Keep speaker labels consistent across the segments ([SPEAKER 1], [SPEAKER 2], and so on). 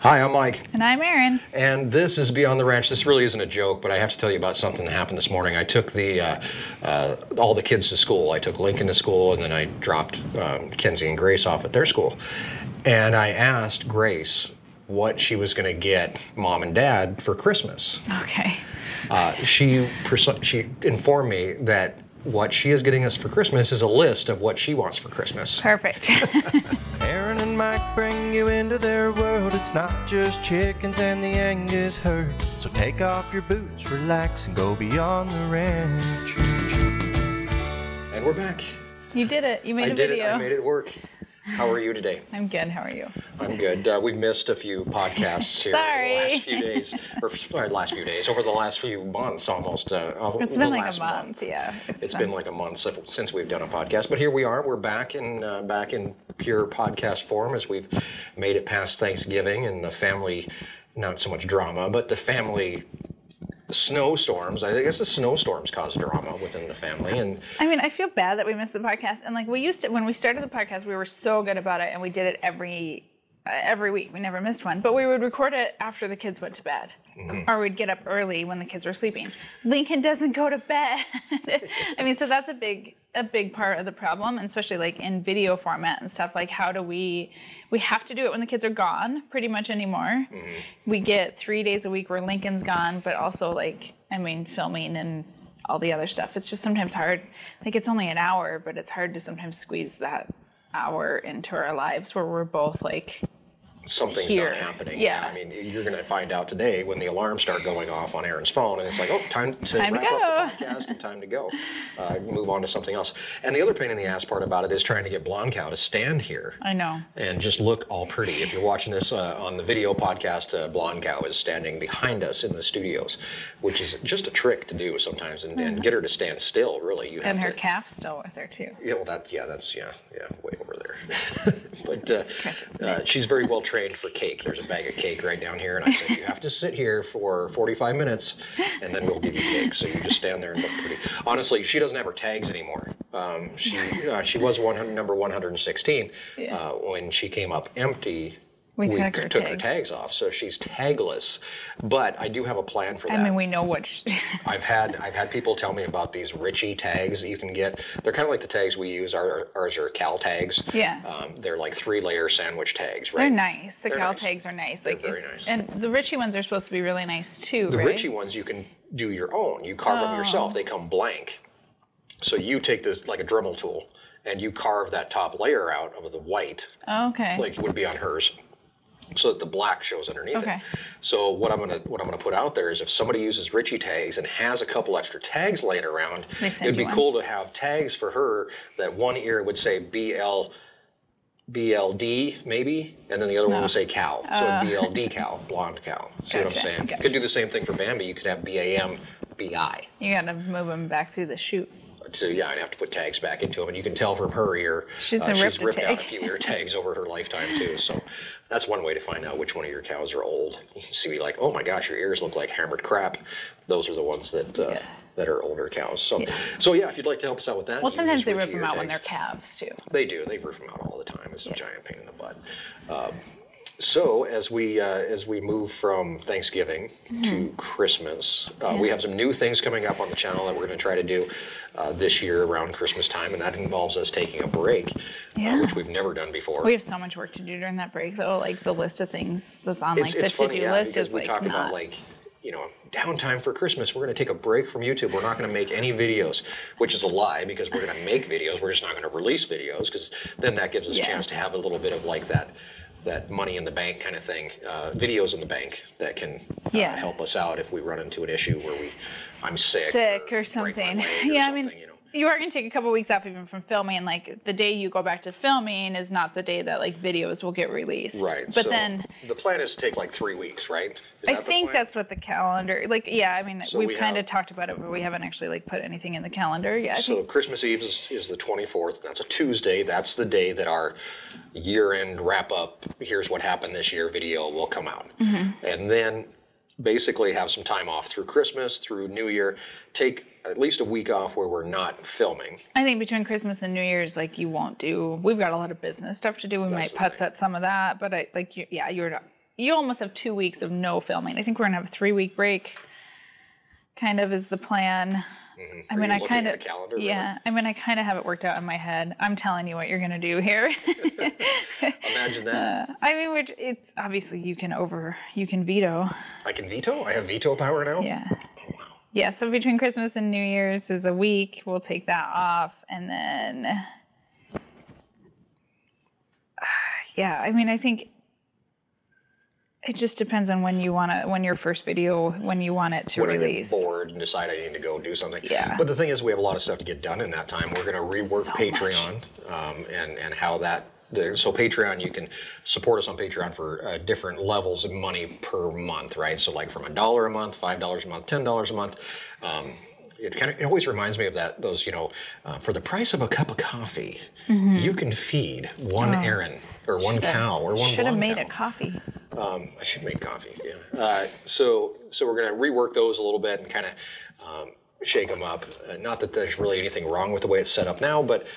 [SPEAKER 1] Hi, I'm Mike,
[SPEAKER 2] And I'm Erin.
[SPEAKER 1] and this is Beyond the Ranch. This really isn't a joke, but I have to tell you about something that happened this morning. I took the uh, uh, all the kids to school. I took Lincoln to school, and then I dropped um, Kenzie and Grace off at their school. And I asked Grace what she was going to get mom and dad for Christmas.
[SPEAKER 2] Okay.
[SPEAKER 1] Uh, she perso- she informed me that what she is getting us for Christmas is a list of what she wants for Christmas.
[SPEAKER 2] Perfect.
[SPEAKER 3] Aaron and Mike bring you into their world. It's not just chickens and the Angus herd. So take off your boots, relax, and go beyond the ranch.
[SPEAKER 1] And we're back.
[SPEAKER 2] you did it. You made
[SPEAKER 1] I
[SPEAKER 2] a
[SPEAKER 1] did
[SPEAKER 2] video.
[SPEAKER 1] it. I made it work. How are you today?
[SPEAKER 2] I'm good. How are you?
[SPEAKER 1] I'm good. Uh, we've missed a few podcasts here
[SPEAKER 2] Sorry.
[SPEAKER 1] over the last few days, or sorry, last few days, over the last few months almost. Uh, of-
[SPEAKER 2] It's
[SPEAKER 1] the
[SPEAKER 2] been like a
[SPEAKER 1] last
[SPEAKER 2] month. Yeah.
[SPEAKER 1] It's been like a month si- since we've done a podcast, but here we are. We're back in uh, back in pure podcast form as we've made it past Thanksgiving and the family. Not so much drama, but the family snowstorms. I guess the snowstorms cause drama within the family, and
[SPEAKER 2] I mean, I feel bad that we missed the podcast. And like we used to, when we started the podcast, we were so good about it and we did it every. uh, Every week, we never missed one, but we would record it after the kids went to bed, or we'd get up early when the kids were sleeping. Lincoln doesn't go to bed. I mean, so that's a big, a big part of the problem, and especially like in video format and stuff. Like, how do we? We have to do it when the kids are gone, pretty much anymore. We get three days a week where Lincoln's gone, but also like, I mean, filming and all the other stuff. It's just sometimes hard. Like it's only an hour, but it's hard to sometimes squeeze that hour into our lives where we're both like,
[SPEAKER 1] something's
[SPEAKER 2] Here.
[SPEAKER 1] not happening.
[SPEAKER 2] Yeah.
[SPEAKER 1] I mean, you're going to find out today when the alarms start going off on Aaron's phone, and it's like, oh, time to
[SPEAKER 2] Time to
[SPEAKER 1] wrap up the podcast and time to go, uh, move on to something else. And the other pain in the ass part about it is trying to get Blonde Cow to stand here.
[SPEAKER 2] I know.
[SPEAKER 1] And just look all pretty. If you're watching this uh, on the video podcast, uh, Blonde Cow is standing behind us in the studios, which is just a trick to do sometimes and, and get her to stand still, really. You have
[SPEAKER 2] Mm-hmm. And her
[SPEAKER 1] to,
[SPEAKER 2] calf's still with her too.
[SPEAKER 1] yeah, well, that yeah, that's yeah, yeah, way over there. but
[SPEAKER 2] Scratches
[SPEAKER 1] uh,
[SPEAKER 2] the
[SPEAKER 1] uh, she's very well trained for cake. There's a bag of cake right down here, and I said you have to sit here for 45 minutes, and then we'll give you cake. So you just stand there and look pretty. Honestly, she doesn't have her tags anymore. Um, she uh, she was 100, number 116 uh, when she came up empty.
[SPEAKER 2] We took her
[SPEAKER 1] took
[SPEAKER 2] tags.
[SPEAKER 1] her tags off, so she's tagless. But I do have a plan for that.
[SPEAKER 2] I mean, we know what. She,
[SPEAKER 1] I've had I've had people tell me about these Richie tags that you can get. They're kind of like the tags we use. Our, ours are Cal tags.
[SPEAKER 2] Yeah.
[SPEAKER 1] Um, they're like three layer sandwich tags, right?
[SPEAKER 2] they're nice. The cow
[SPEAKER 1] nice.
[SPEAKER 2] tags are nice. Like
[SPEAKER 1] very
[SPEAKER 2] if-
[SPEAKER 1] nice.
[SPEAKER 2] And the Richie ones are supposed to be really nice too,
[SPEAKER 1] The
[SPEAKER 2] right? Oh.
[SPEAKER 1] Richie ones you can do your own. You carve them yourself. They come blank. So you take this like a Dremel tool and you carve that top layer out of the white,
[SPEAKER 2] okay.
[SPEAKER 1] like would be on hers. So that the black shows underneath
[SPEAKER 2] Okay.
[SPEAKER 1] it. So what I'm gonna what I'm gonna put out there is if somebody uses Richie tags and has a couple extra tags laying around,
[SPEAKER 2] They send
[SPEAKER 1] it'd be
[SPEAKER 2] you one.
[SPEAKER 1] cool to have tags for her that one ear would say BL BLD maybe, and then the other one would say cow. So BLD cow, blonde cow. See what I'm
[SPEAKER 2] Uh. Gotcha,
[SPEAKER 1] saying?
[SPEAKER 2] gotcha.
[SPEAKER 1] Could do the same thing for Bambi. You could have BAM BI.
[SPEAKER 2] you gotta move them back through the chute.
[SPEAKER 1] So yeah, I'd have to put tags back into them, and you can tell from her ear uh,
[SPEAKER 2] She's a
[SPEAKER 1] she's
[SPEAKER 2] ripped a
[SPEAKER 1] ripped out a
[SPEAKER 2] tag.
[SPEAKER 1] few ear tags over her lifetime too. So that's one way to find out which one of your cows are old. You can see like, oh my gosh, your ears look like hammered crap. Those are the ones that uh, that are older cows. So so yeah, if you'd like to help us out with that,
[SPEAKER 2] Well, sometimes they rip
[SPEAKER 1] rip
[SPEAKER 2] them out when they're calves too.
[SPEAKER 1] they do. They roof them out all the time. It's a giant pain in the butt. Um, so as we uh, as we move from Thanksgiving to Christmas, uh, we have some new things coming up on the channel that we're going to try to do uh, this year around Christmas time, and that involves us taking a break, uh,
[SPEAKER 2] Yeah.
[SPEAKER 1] which we've never done before.
[SPEAKER 2] We have so much work to do during that break, though. Like the list of things that's on
[SPEAKER 1] it's
[SPEAKER 2] like
[SPEAKER 1] it's
[SPEAKER 2] the
[SPEAKER 1] funny,
[SPEAKER 2] to-do
[SPEAKER 1] yeah,
[SPEAKER 2] list
[SPEAKER 1] because
[SPEAKER 2] is
[SPEAKER 1] we
[SPEAKER 2] like
[SPEAKER 1] talk
[SPEAKER 2] not.
[SPEAKER 1] about like you know downtime for Christmas. We're going to take a break from YouTube. We're not going to make any videos, which is a lie because we're going to make videos. We're just not going to release videos because then that gives us a
[SPEAKER 2] Yeah.
[SPEAKER 1] chance to have a little bit of like that that money in the bank kind of thing, uh, videos in the bank that can uh,
[SPEAKER 2] Yeah.
[SPEAKER 1] help us out if we run into an issue where we I'm sick,
[SPEAKER 2] sick or
[SPEAKER 1] break my
[SPEAKER 2] something.
[SPEAKER 1] leg or
[SPEAKER 2] yeah, I
[SPEAKER 1] something,
[SPEAKER 2] mean,
[SPEAKER 1] you know.
[SPEAKER 2] you are going to take a couple weeks off even from filming. and, Like the day you go back to filming is not the day that like videos will get released.
[SPEAKER 1] Right.
[SPEAKER 2] But
[SPEAKER 1] so
[SPEAKER 2] then
[SPEAKER 1] the plan is to take like three weeks, right? Is
[SPEAKER 2] I
[SPEAKER 1] that the
[SPEAKER 2] think
[SPEAKER 1] plan?
[SPEAKER 2] that's what the calendar. Like yeah, I mean
[SPEAKER 1] So
[SPEAKER 2] we've
[SPEAKER 1] we
[SPEAKER 2] kind
[SPEAKER 1] have-
[SPEAKER 2] of talked about it, but we haven't actually like put anything in the calendar yet.
[SPEAKER 1] So Christmas Eve is, is the 24th. and That's a Tuesday. That's the day that our year-end wrap-up. Here's what happened this year video will come out, and then basically have some time off through Christmas, through New Year. Take at least a week off where we're not filming.
[SPEAKER 2] I think between Christmas and New Year's, like you won't do. We've got a lot of business stuff to do. We might
[SPEAKER 1] the
[SPEAKER 2] putz at some of that, but I like you, yeah, you're not. you almost have two weeks of no filming. I think we're gonna have a three week break. Kind of is the plan. I mean,
[SPEAKER 1] Mm-hmm. you
[SPEAKER 2] I
[SPEAKER 1] looking
[SPEAKER 2] kind
[SPEAKER 1] at
[SPEAKER 2] of
[SPEAKER 1] the calendar, really?
[SPEAKER 2] yeah. I mean, I kind of have it worked out in my head. I'm telling you what you're gonna do here.
[SPEAKER 1] Imagine that.
[SPEAKER 2] I mean, which it's obviously you can over, you can veto.
[SPEAKER 1] I can veto. I have veto power now.
[SPEAKER 2] Yeah. Yeah, so between Christmas and New Year's is a week. We'll take that off. And then, yeah, I mean, I think it just depends on when you want to, when your first video, when you want it to
[SPEAKER 1] When
[SPEAKER 2] release.
[SPEAKER 1] I get bored and decide I need to go do something.
[SPEAKER 2] Yeah.
[SPEAKER 1] But the thing is, we have a lot of stuff to get done in that time. We're going to rework
[SPEAKER 2] So
[SPEAKER 1] Patreon um, and and how that. the- So Patreon, you can support us on Patreon for uh, different levels of money per month, right? So like from a dollar a month, five dollars a month, ten dollars a month. Um, it kind of it always reminds me of that those you know, uh, for the price of a cup of coffee,
[SPEAKER 2] Mm-hmm.
[SPEAKER 1] you can feed one Aaron or one cow or one
[SPEAKER 2] Should have
[SPEAKER 1] blonde
[SPEAKER 2] Oh. made
[SPEAKER 1] cow.
[SPEAKER 2] a coffee.
[SPEAKER 1] Um, I should make coffee. Yeah. Uh, so so we're gonna rework those a little bit and kind of um, shake them up. Uh, not that there's really anything wrong with the way it's set up now, but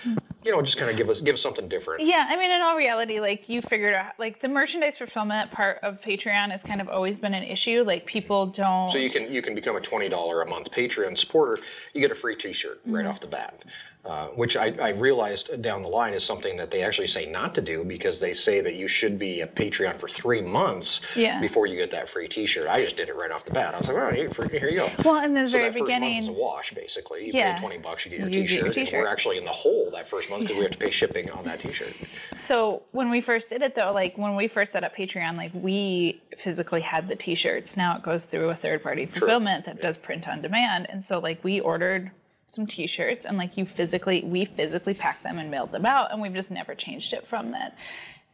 [SPEAKER 1] you know, just kind of give us give us something different.
[SPEAKER 2] Yeah, I mean, in all reality, like you figured out, like the merchandise fulfillment part of Patreon has kind of always been an issue. Like people don't.
[SPEAKER 1] So you can you can become a twenty dollar a month Patreon supporter. You get a free T-shirt
[SPEAKER 2] Mm-hmm.
[SPEAKER 1] right off the bat, uh, which I, I realized down the line is something that they actually say not to do because they say that you should be a Patreon for three months
[SPEAKER 2] Yeah.
[SPEAKER 1] before you get that free T-shirt. I just did it right off the bat. I was like, oh, here, here you go.
[SPEAKER 2] Well, in the
[SPEAKER 1] So
[SPEAKER 2] very
[SPEAKER 1] that first month
[SPEAKER 2] beginning.
[SPEAKER 1] is a wash, basically. You
[SPEAKER 2] Yeah.
[SPEAKER 1] pay 20 bucks, you get your
[SPEAKER 2] You get
[SPEAKER 1] t-shirt.
[SPEAKER 2] your
[SPEAKER 1] and
[SPEAKER 2] t-shirt.
[SPEAKER 1] we're actually in the hole that first month because we have to pay shipping on that t-shirt.
[SPEAKER 2] So when we first did it though, like when we first set up Patreon, like we physically had the t-shirts. Now it goes through a third party fulfillment that does print on demand. And so like we ordered some t-shirts and like you physically we physically packed them and mailed them out and we've just never changed it from that.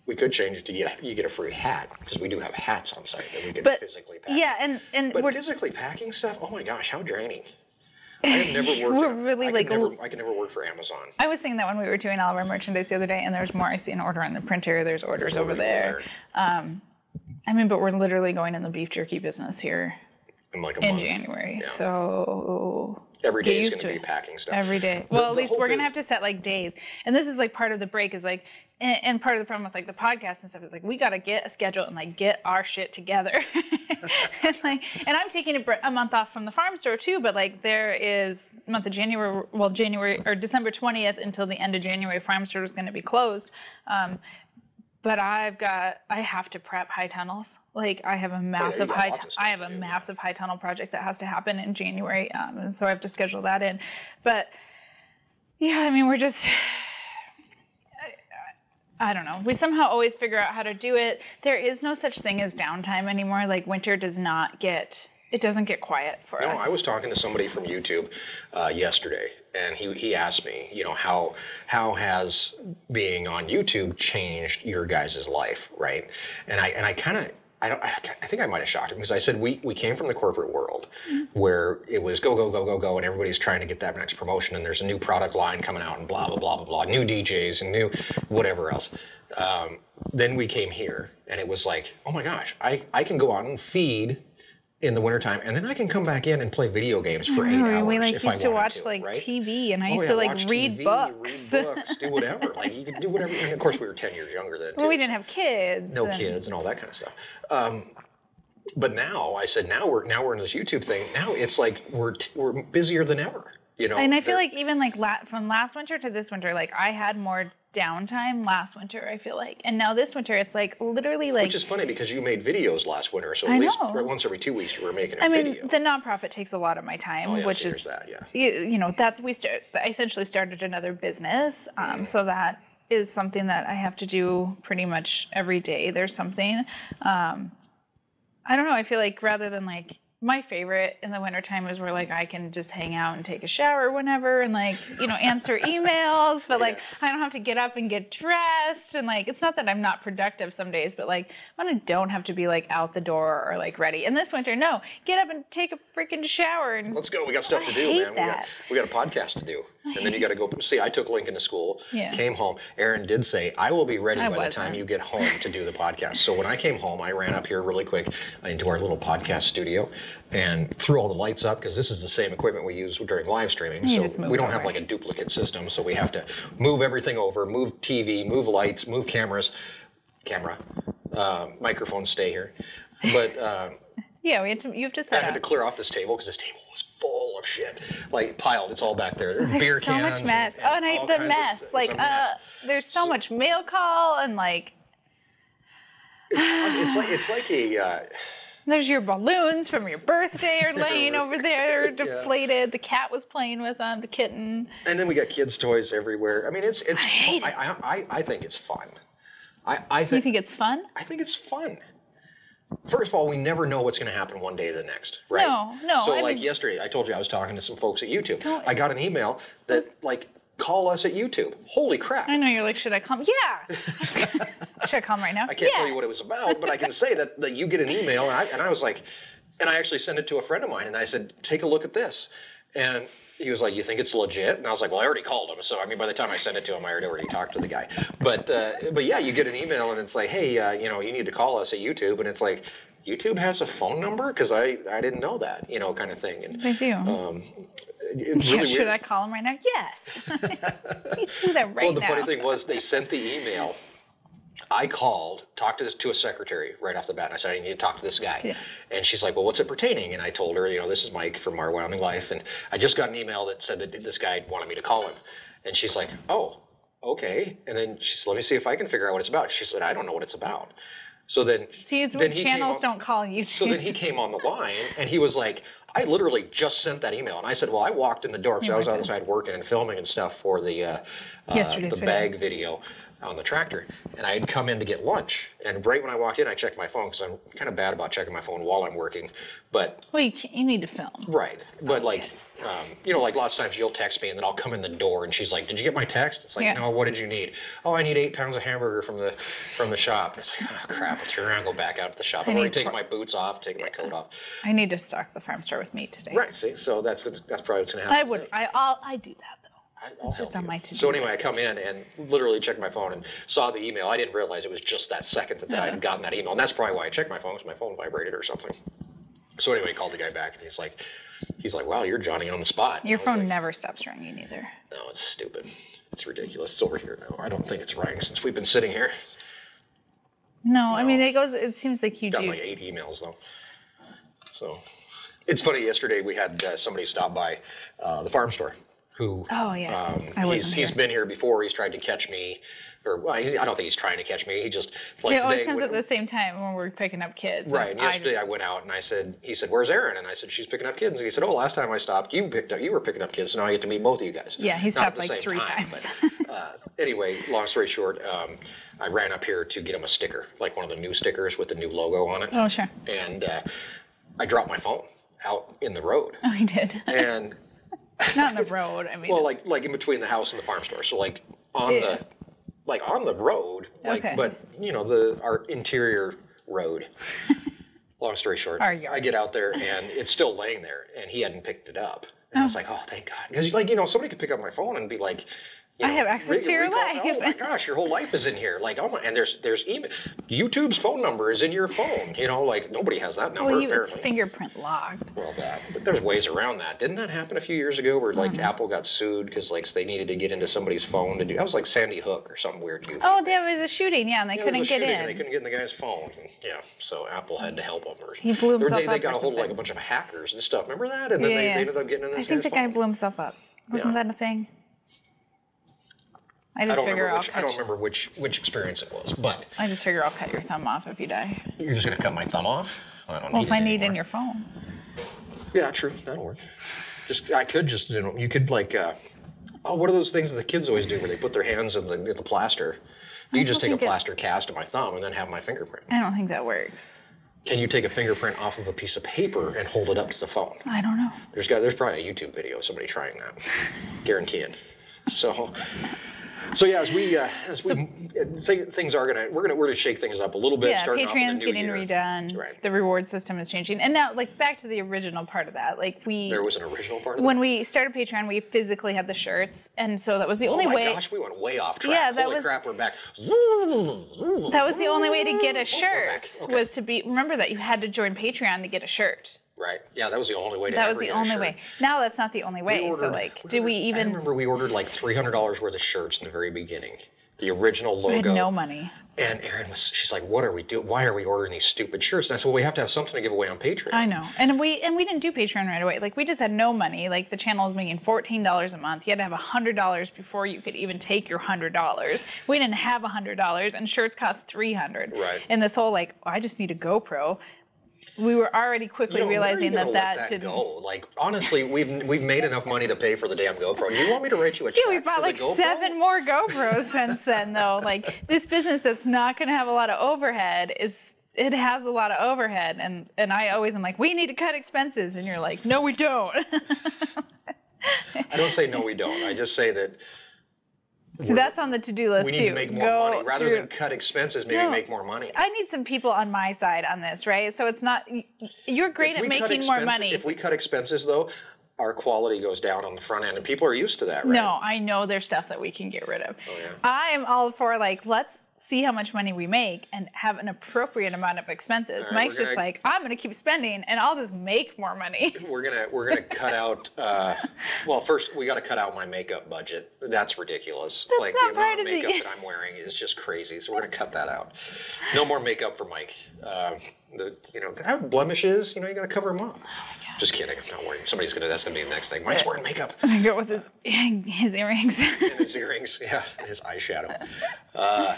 [SPEAKER 1] We could change it to get you get a free hat because we do have hats on site that we can
[SPEAKER 2] But
[SPEAKER 1] physically pack.
[SPEAKER 2] yeah, and and
[SPEAKER 1] But
[SPEAKER 2] we're
[SPEAKER 1] physically packing stuff, oh my gosh, how draining. I have never worked.
[SPEAKER 2] We're
[SPEAKER 1] in-
[SPEAKER 2] really,
[SPEAKER 1] I could
[SPEAKER 2] like,
[SPEAKER 1] Never,
[SPEAKER 2] l-
[SPEAKER 1] I can never work for Amazon.
[SPEAKER 2] I was saying that when we were doing all of our merchandise the other day and there's more I see an order on the printer, there's orders over there. I mean, but we're literally going in the beef jerky business here
[SPEAKER 1] In like a
[SPEAKER 2] in
[SPEAKER 1] month.
[SPEAKER 2] January. So
[SPEAKER 1] Every
[SPEAKER 2] get
[SPEAKER 1] day is
[SPEAKER 2] used
[SPEAKER 1] going to
[SPEAKER 2] to it.
[SPEAKER 1] be packing stuff.
[SPEAKER 2] every day. Well, at
[SPEAKER 1] the
[SPEAKER 2] least we're
[SPEAKER 1] hope
[SPEAKER 2] gonna have
[SPEAKER 1] is-
[SPEAKER 2] to set like days, and this is like part of the break is like, and, and part of the problem with like the podcast and stuff is like we gotta get a schedule and like get our shit together. and like, and I'm taking a, bre- a month off from the farm store too, but like there is month of January, well January or December 20th until the end of January, farm store is gonna be closed. Um, but I've got I have to prep high tunnels. Like I have a massive
[SPEAKER 1] got
[SPEAKER 2] high
[SPEAKER 1] lots
[SPEAKER 2] tu-
[SPEAKER 1] of stuff
[SPEAKER 2] I have
[SPEAKER 1] to
[SPEAKER 2] a
[SPEAKER 1] do, yeah.
[SPEAKER 2] massive high tunnel project that has to happen in January, um, and so I have to schedule that in. But yeah, I mean we're just. I- I I don't know. We somehow always figure out how to do it. There is no such thing as downtime anymore. Like winter does not get it doesn't get quiet for
[SPEAKER 1] No,
[SPEAKER 2] us.
[SPEAKER 1] I was talking to somebody from YouTube uh, yesterday, and he, he asked me, you know, how how has being on YouTube changed your guys' life, right? And I and I kind of. I, don't, I I think I might have shocked him because I said we, we came from the corporate world
[SPEAKER 2] Mm-hmm.
[SPEAKER 1] where it was go go go go go and everybody's trying to get that next promotion and there's a new product line coming out and blah blah blah blah blah new DJs and new whatever else. Um, then we came here and it was like oh my gosh I, I can go out and feed in the wintertime, and then I can come back in and play video games for eight hours.
[SPEAKER 2] we like
[SPEAKER 1] if I
[SPEAKER 2] used to
[SPEAKER 1] wanted
[SPEAKER 2] watch like
[SPEAKER 1] right?
[SPEAKER 2] TV, and I
[SPEAKER 1] Oh,
[SPEAKER 2] used
[SPEAKER 1] yeah,
[SPEAKER 2] to like
[SPEAKER 1] watch
[SPEAKER 2] read
[SPEAKER 1] TV,
[SPEAKER 2] books.
[SPEAKER 1] read books, do whatever. like you could do whatever. And of course, we were ten years younger then.
[SPEAKER 2] Well, we
[SPEAKER 1] too,
[SPEAKER 2] didn't have kids.
[SPEAKER 1] no
[SPEAKER 2] and-
[SPEAKER 1] kids and all that kind of stuff. Um, but now I said now we're now we're in this YouTube thing. Now it's like we're t- we're busier than ever. You know,
[SPEAKER 2] And I feel
[SPEAKER 1] There-
[SPEAKER 2] like even like la- from last winter to this winter, like I had more downtime last winter. I feel like, and now this winter, it's like literally like.
[SPEAKER 1] Which is funny because you made videos last winter, so at
[SPEAKER 2] I
[SPEAKER 1] least
[SPEAKER 2] know.
[SPEAKER 1] right, once every two weeks you were making a
[SPEAKER 2] I mean,
[SPEAKER 1] video. Oh,
[SPEAKER 2] the nonprofit takes a lot of my time,
[SPEAKER 1] yeah,
[SPEAKER 2] which
[SPEAKER 1] so
[SPEAKER 2] is
[SPEAKER 1] there's that, yeah.
[SPEAKER 2] you, you know that's we start. I essentially started another business, um,
[SPEAKER 1] Mm.
[SPEAKER 2] so that is something that I have to do pretty much every day. There's something. Um, I don't know. I feel like rather than like my favorite in the wintertime is where like I can just hang out and take a shower whenever and like, you know, answer emails, but like I don't have to get up and get dressed and like it's not that I'm not productive some days, but like when I don't have to be like out the door or like ready. And this winter, no, get up and take a freaking shower and
[SPEAKER 1] Let's go. We got stuff
[SPEAKER 2] I
[SPEAKER 1] to do, man.
[SPEAKER 2] hate that.
[SPEAKER 1] We, got, we got a podcast to do. And then you got to go. See, I took Lincoln to school,
[SPEAKER 2] Yeah.
[SPEAKER 1] came home. Aaron did say, I will be ready
[SPEAKER 2] I
[SPEAKER 1] by the time
[SPEAKER 2] wasn't.
[SPEAKER 1] you get home to do the podcast. So when I came home, I ran up here really quick into our little podcast studio and threw all the lights up because this is the same equipment we use during live streaming. so
[SPEAKER 2] just move
[SPEAKER 1] we
[SPEAKER 2] it
[SPEAKER 1] don't have
[SPEAKER 2] over.
[SPEAKER 1] like a duplicate system. So we have to move everything over, move TV, move lights, move cameras, camera. uh, microphones stay here. But uh,
[SPEAKER 2] Yeah, we had to. You have to
[SPEAKER 1] I
[SPEAKER 2] set
[SPEAKER 1] had
[SPEAKER 2] up.
[SPEAKER 1] to clear off this table because this table was full of shit, like piled. It's all back there. There's
[SPEAKER 2] There's
[SPEAKER 1] beer
[SPEAKER 2] so
[SPEAKER 1] cans.
[SPEAKER 2] much mess.
[SPEAKER 1] And,
[SPEAKER 2] oh, and I,
[SPEAKER 1] all
[SPEAKER 2] the
[SPEAKER 1] kinds of
[SPEAKER 2] mess.
[SPEAKER 1] stuff.
[SPEAKER 2] Like,
[SPEAKER 1] It's a mess.
[SPEAKER 2] uh, there's so, much mail call and like,
[SPEAKER 1] it's like it's like a. Uh,
[SPEAKER 2] there's your balloons from your birthday are laying over there deflated. The cat was playing with them. The kitten.
[SPEAKER 1] and then we got kids' toys everywhere. I mean, it's it's. I
[SPEAKER 2] hate
[SPEAKER 1] I,
[SPEAKER 2] it.
[SPEAKER 1] I, I, think it's fun. I I
[SPEAKER 2] You
[SPEAKER 1] think,
[SPEAKER 2] think it's fun?
[SPEAKER 1] I think it's fun. First of all, we never know what's going to happen one day to the next, right?
[SPEAKER 2] No, no,
[SPEAKER 1] So
[SPEAKER 2] I
[SPEAKER 1] like
[SPEAKER 2] mean-
[SPEAKER 1] yesterday, I told you I was talking to some folks at YouTube.
[SPEAKER 2] Don't-
[SPEAKER 1] I got an email that like call us at YouTube. Holy crap!
[SPEAKER 2] I know you're like, should I come? Yeah. should I come right now?
[SPEAKER 1] I can't tell you what it was about, but I can say that, that you get an email, and I, and I was like, and I actually sent it to a friend of mine, and I said, take a look at this. And he was like, you think it's legit? And I was like, well, I already called him. So, I mean, by the time I sent it to him, I had already talked to the guy. But, uh, but yeah, you get an email, and it's like, hey, uh, you know, you need to call us at YouTube. And it's like, YouTube has a phone number? Because I, I didn't know that, you know, kind of thing. And
[SPEAKER 2] I do.
[SPEAKER 1] it- it's
[SPEAKER 2] Yeah,
[SPEAKER 1] Um, really
[SPEAKER 2] should
[SPEAKER 1] weird.
[SPEAKER 2] I call him right now? Yes. you do that right
[SPEAKER 1] Well, the
[SPEAKER 2] now.
[SPEAKER 1] funny thing was, they sent the email. I called, talked to, to a secretary right off the bat, and I said, I need to talk to this guy.
[SPEAKER 2] Yeah.
[SPEAKER 1] And she's like, Well, what's it pertaining? And I told her, You know, this is Mike from Our Wyoming Life. And I just got an email that said that this guy wanted me to call him. And she's like, Oh, okay. And then she said, Let me see if I can figure out what it's about. She said, I don't know what it's about. So then.
[SPEAKER 2] See, it's
[SPEAKER 1] then
[SPEAKER 2] when
[SPEAKER 1] he came
[SPEAKER 2] channels
[SPEAKER 1] on-
[SPEAKER 2] don't call you.
[SPEAKER 1] so then he came on the line and he was like, I literally just sent that email. And I said, Well, I walked in the door because I was outside working and filming and stuff for the, uh, uh,
[SPEAKER 2] Yesterday's
[SPEAKER 1] the
[SPEAKER 2] video.
[SPEAKER 1] bag video on the tractor. And I had come in to get lunch. And right when I walked in, I checked my phone because I'm kind of bad about checking my phone while I'm working. But
[SPEAKER 2] well, you, can't, you need to film.
[SPEAKER 1] Right. But
[SPEAKER 2] Oh,
[SPEAKER 1] like, um, you know, like lots of times you'll text me and then I'll come in the door and she's like, "Did you get my text?" It's like,
[SPEAKER 2] Yeah.
[SPEAKER 1] "No. What did you need?" "Oh, I need eight pounds of hamburger from the from the shop." And it's like, "Oh crap!" I'll turn around, and go back out to the shop. I've already
[SPEAKER 2] need
[SPEAKER 1] taken
[SPEAKER 2] pro-
[SPEAKER 1] my boots off, taken my coat off.
[SPEAKER 2] I need to stock the farm store with meat today.
[SPEAKER 1] Right. See, so that's that's probably what's gonna happen.
[SPEAKER 2] I would. I all. I do that though.
[SPEAKER 1] I- I'll
[SPEAKER 2] just
[SPEAKER 1] help
[SPEAKER 2] on
[SPEAKER 1] you.
[SPEAKER 2] my to-do
[SPEAKER 1] So anyway,
[SPEAKER 2] list.
[SPEAKER 1] I come in and literally check my phone and saw the email. I didn't realize it was just that second that, that
[SPEAKER 2] Uh-huh.
[SPEAKER 1] I had gotten that email, and that's probably why I checked my phone because my phone vibrated or something. So anyway, I called the guy back and he's like, he's like, "Wow, you're Johnny on the spot." I
[SPEAKER 2] Your
[SPEAKER 1] was
[SPEAKER 2] phone
[SPEAKER 1] like,
[SPEAKER 2] never stops ringing either.
[SPEAKER 1] No, it's stupid. It's ridiculous. It's over here now. I don't think it's running since we've been sitting here.
[SPEAKER 2] No, I mean it goes. It seems like you
[SPEAKER 1] Got
[SPEAKER 2] do.
[SPEAKER 1] like eight emails though. So it's funny. Yesterday we had uh, somebody stop by uh, the farm store. Who?
[SPEAKER 2] Oh, yeah.
[SPEAKER 1] Um,
[SPEAKER 2] I
[SPEAKER 1] he's
[SPEAKER 2] wasn't
[SPEAKER 1] he's
[SPEAKER 2] here.
[SPEAKER 1] been here before. He's tried to catch me, or well, he, I don't think he's trying to catch me. He just like
[SPEAKER 2] It always
[SPEAKER 1] today
[SPEAKER 2] comes
[SPEAKER 1] when-
[SPEAKER 2] at the same time when we're picking up kids.
[SPEAKER 1] Right. And yesterday I,
[SPEAKER 2] just-
[SPEAKER 1] went out and I said, he said, where's Erin? And I said, she's picking up kids. And he said, oh, last time I stopped, you picked up, you were picking up kids. So now I get to meet both of you guys.
[SPEAKER 2] Yeah,
[SPEAKER 1] Not
[SPEAKER 2] he
[SPEAKER 1] at
[SPEAKER 2] stopped,
[SPEAKER 1] the
[SPEAKER 2] like,
[SPEAKER 1] same
[SPEAKER 2] three
[SPEAKER 1] time,
[SPEAKER 2] times.
[SPEAKER 1] but, uh, anyway, long story short, um, I ran up here to get him a sticker, like one of the new stickers with the new logo on it.
[SPEAKER 2] Oh sure.
[SPEAKER 1] And uh, I dropped my phone out in the road.
[SPEAKER 2] Oh, he did.
[SPEAKER 1] And
[SPEAKER 2] Not in the road. I mean,
[SPEAKER 1] well, like like in between the house and the farm store. So like on
[SPEAKER 2] Yeah.
[SPEAKER 1] the like on the road, like
[SPEAKER 2] Okay.
[SPEAKER 1] but you know the our interior road. Long story short,
[SPEAKER 2] Our yard.
[SPEAKER 1] I get out there and it's still laying there, and he hadn't picked it up. And I was like, oh, thank God, because like you know somebody could pick up my phone and be like. you
[SPEAKER 2] I have access
[SPEAKER 1] re-
[SPEAKER 2] to your
[SPEAKER 1] recall- Oh my
[SPEAKER 2] life.
[SPEAKER 1] gosh, your whole life is in here. Like, oh my, and there's there's email, YouTube's phone number is in your phone. You know, like nobody has that number
[SPEAKER 2] well, you, it's
[SPEAKER 1] apparently.
[SPEAKER 2] fingerprint locked.
[SPEAKER 1] Well, that, but there's ways around that. Didn't that happen a few years ago where like Apple got sued because like they needed to get into somebody's phone to do? That was like Sandy Hook or some weird. goofy-
[SPEAKER 2] Oh, there was a shooting. Yeah, and they
[SPEAKER 1] Yeah, there
[SPEAKER 2] couldn't
[SPEAKER 1] was a
[SPEAKER 2] get
[SPEAKER 1] shooting and They
[SPEAKER 2] in.
[SPEAKER 1] couldn't get in the guy's phone. And, yeah, so Apple had to help him. Or
[SPEAKER 2] He blew
[SPEAKER 1] They,
[SPEAKER 2] himself
[SPEAKER 1] they
[SPEAKER 2] up
[SPEAKER 1] got
[SPEAKER 2] or
[SPEAKER 1] a hold of like a
[SPEAKER 2] something.
[SPEAKER 1] bunch of hackers and stuff. Remember that? And then
[SPEAKER 2] Yeah,
[SPEAKER 1] they,
[SPEAKER 2] yeah.
[SPEAKER 1] they ended up getting in this
[SPEAKER 2] I think
[SPEAKER 1] guy's
[SPEAKER 2] the guy
[SPEAKER 1] phone.
[SPEAKER 2] blew himself up. Wasn't that a thing? I
[SPEAKER 1] I
[SPEAKER 2] just
[SPEAKER 1] don't
[SPEAKER 2] figure
[SPEAKER 1] remember
[SPEAKER 2] I'll
[SPEAKER 1] which. I
[SPEAKER 2] cut.
[SPEAKER 1] don't remember which which experience it was, but
[SPEAKER 2] I just figure I'll cut your thumb off if you die.
[SPEAKER 1] you're just gonna cut my thumb off. I don't
[SPEAKER 2] Well,
[SPEAKER 1] need
[SPEAKER 2] if I
[SPEAKER 1] it
[SPEAKER 2] need in
[SPEAKER 1] anymore.
[SPEAKER 2] your phone.
[SPEAKER 1] Yeah, true. That'll work. Just I could just you know you could like uh, oh what are those things that the kids always do where they put their hands in the in the plaster? You just take a
[SPEAKER 2] think it-
[SPEAKER 1] plaster cast of my thumb and then have my fingerprint.
[SPEAKER 2] I don't think that works.
[SPEAKER 1] Can you take a fingerprint off of a piece of paper and hold it up to the phone?
[SPEAKER 2] I don't know.
[SPEAKER 1] There's got there's probably a YouTube video of somebody trying that, guaranteed. So, so yeah, as we uh, as we th- things are gonna we're gonna we're gonna shake things up a little bit.
[SPEAKER 2] Yeah,
[SPEAKER 1] starting off with the
[SPEAKER 2] Patreon's
[SPEAKER 1] new
[SPEAKER 2] getting
[SPEAKER 1] year.
[SPEAKER 2] redone.
[SPEAKER 1] Right.
[SPEAKER 2] The reward system is changing. And now, like, back to the original part of that. Like, we,
[SPEAKER 1] There was an original part of
[SPEAKER 2] when we started Patreon, we physically had the shirts. And so that was the
[SPEAKER 1] that.
[SPEAKER 2] only
[SPEAKER 1] Oh my
[SPEAKER 2] way.
[SPEAKER 1] gosh, we went way off track.
[SPEAKER 2] Yeah, that
[SPEAKER 1] Holy
[SPEAKER 2] was-
[SPEAKER 1] crap, we're back.
[SPEAKER 2] That was the only way to get a
[SPEAKER 1] back.
[SPEAKER 2] shirt
[SPEAKER 1] Okay.
[SPEAKER 2] was to be, remember that you had to join Patreon to get a shirt.
[SPEAKER 1] Right. Yeah, that was the only way. To
[SPEAKER 2] That
[SPEAKER 1] ever
[SPEAKER 2] was the
[SPEAKER 1] get a
[SPEAKER 2] only
[SPEAKER 1] shirt.
[SPEAKER 2] way. Now that's not the only way.
[SPEAKER 1] We
[SPEAKER 2] so,
[SPEAKER 1] ordered-
[SPEAKER 2] like,
[SPEAKER 1] we
[SPEAKER 2] do we
[SPEAKER 1] ordered- I
[SPEAKER 2] even,
[SPEAKER 1] remember we ordered like three hundred dollars worth of shirts in the very beginning the original
[SPEAKER 2] I had
[SPEAKER 1] logo.
[SPEAKER 2] no money.
[SPEAKER 1] And Erin was, she's like, "What are we doing? Why are we ordering these stupid shirts?" And I said, "Well, we have to have something to give away on Patreon."
[SPEAKER 2] I know. And we and we didn't do Patreon right away. Like we just had no money. Like the channel was making fourteen dollars a month. You had to have hundred dollars before you could even take your hundred dollars. We didn't have hundred dollars and shirts cost three hundred.
[SPEAKER 1] Right.
[SPEAKER 2] And this whole like, oh, I just need a GoPro. We were already quickly
[SPEAKER 1] You know, where are
[SPEAKER 2] realizing
[SPEAKER 1] you
[SPEAKER 2] that
[SPEAKER 1] gonna
[SPEAKER 2] that,
[SPEAKER 1] let
[SPEAKER 2] didn't
[SPEAKER 1] go. Like honestly, we've we've made enough money to pay for the damn GoPro. You want me to write you a check?
[SPEAKER 2] Yeah, we
[SPEAKER 1] for
[SPEAKER 2] bought
[SPEAKER 1] the
[SPEAKER 2] like
[SPEAKER 1] GoPro?
[SPEAKER 2] seven more GoPros since then, though. Like this business that's not going to have a lot of overhead is it has a lot of overhead, and and I always am like, we need to cut expenses, and you're like, no, we don't.
[SPEAKER 1] I don't say no, we don't. I just say that
[SPEAKER 2] so that's on the to do list
[SPEAKER 1] we
[SPEAKER 2] too.
[SPEAKER 1] need to make more
[SPEAKER 2] Go
[SPEAKER 1] money rather
[SPEAKER 2] through-
[SPEAKER 1] than cut expenses. Maybe
[SPEAKER 2] No.
[SPEAKER 1] make more money.
[SPEAKER 2] I need some people on my side on this, right? So it's not y- y- you're great
[SPEAKER 1] If
[SPEAKER 2] at
[SPEAKER 1] we cut
[SPEAKER 2] making more
[SPEAKER 1] expense-
[SPEAKER 2] money.
[SPEAKER 1] If we cut expenses, though, our quality goes down on the front end, and people are used to that, right?
[SPEAKER 2] No, I know there's stuff that we can get rid of.
[SPEAKER 1] Oh, yeah.
[SPEAKER 2] I'm all for like let's see how much money we make and have an appropriate amount of expenses.
[SPEAKER 1] right,
[SPEAKER 2] Mike's
[SPEAKER 1] we're
[SPEAKER 2] just
[SPEAKER 1] gonna-
[SPEAKER 2] like I'm going to keep spending and I'll just make more money.
[SPEAKER 1] We're gonna we're gonna cut out. Uh, well, first we got to cut out my makeup budget. That's ridiculous. That's like
[SPEAKER 2] not
[SPEAKER 1] the amount
[SPEAKER 2] part of the-
[SPEAKER 1] makeup that I'm wearing is just crazy. So we're gonna cut that out. No more makeup for Mike. Um, the you know I have blemishes. You know you gotta cover them
[SPEAKER 2] Oh
[SPEAKER 1] up. just kidding. I'm not worried. Somebody's gonna. That's gonna be the next thing. Mike's wearing makeup.
[SPEAKER 2] I go with his his earrings.
[SPEAKER 1] and his earrings. Yeah, and his eyeshadow. Uh,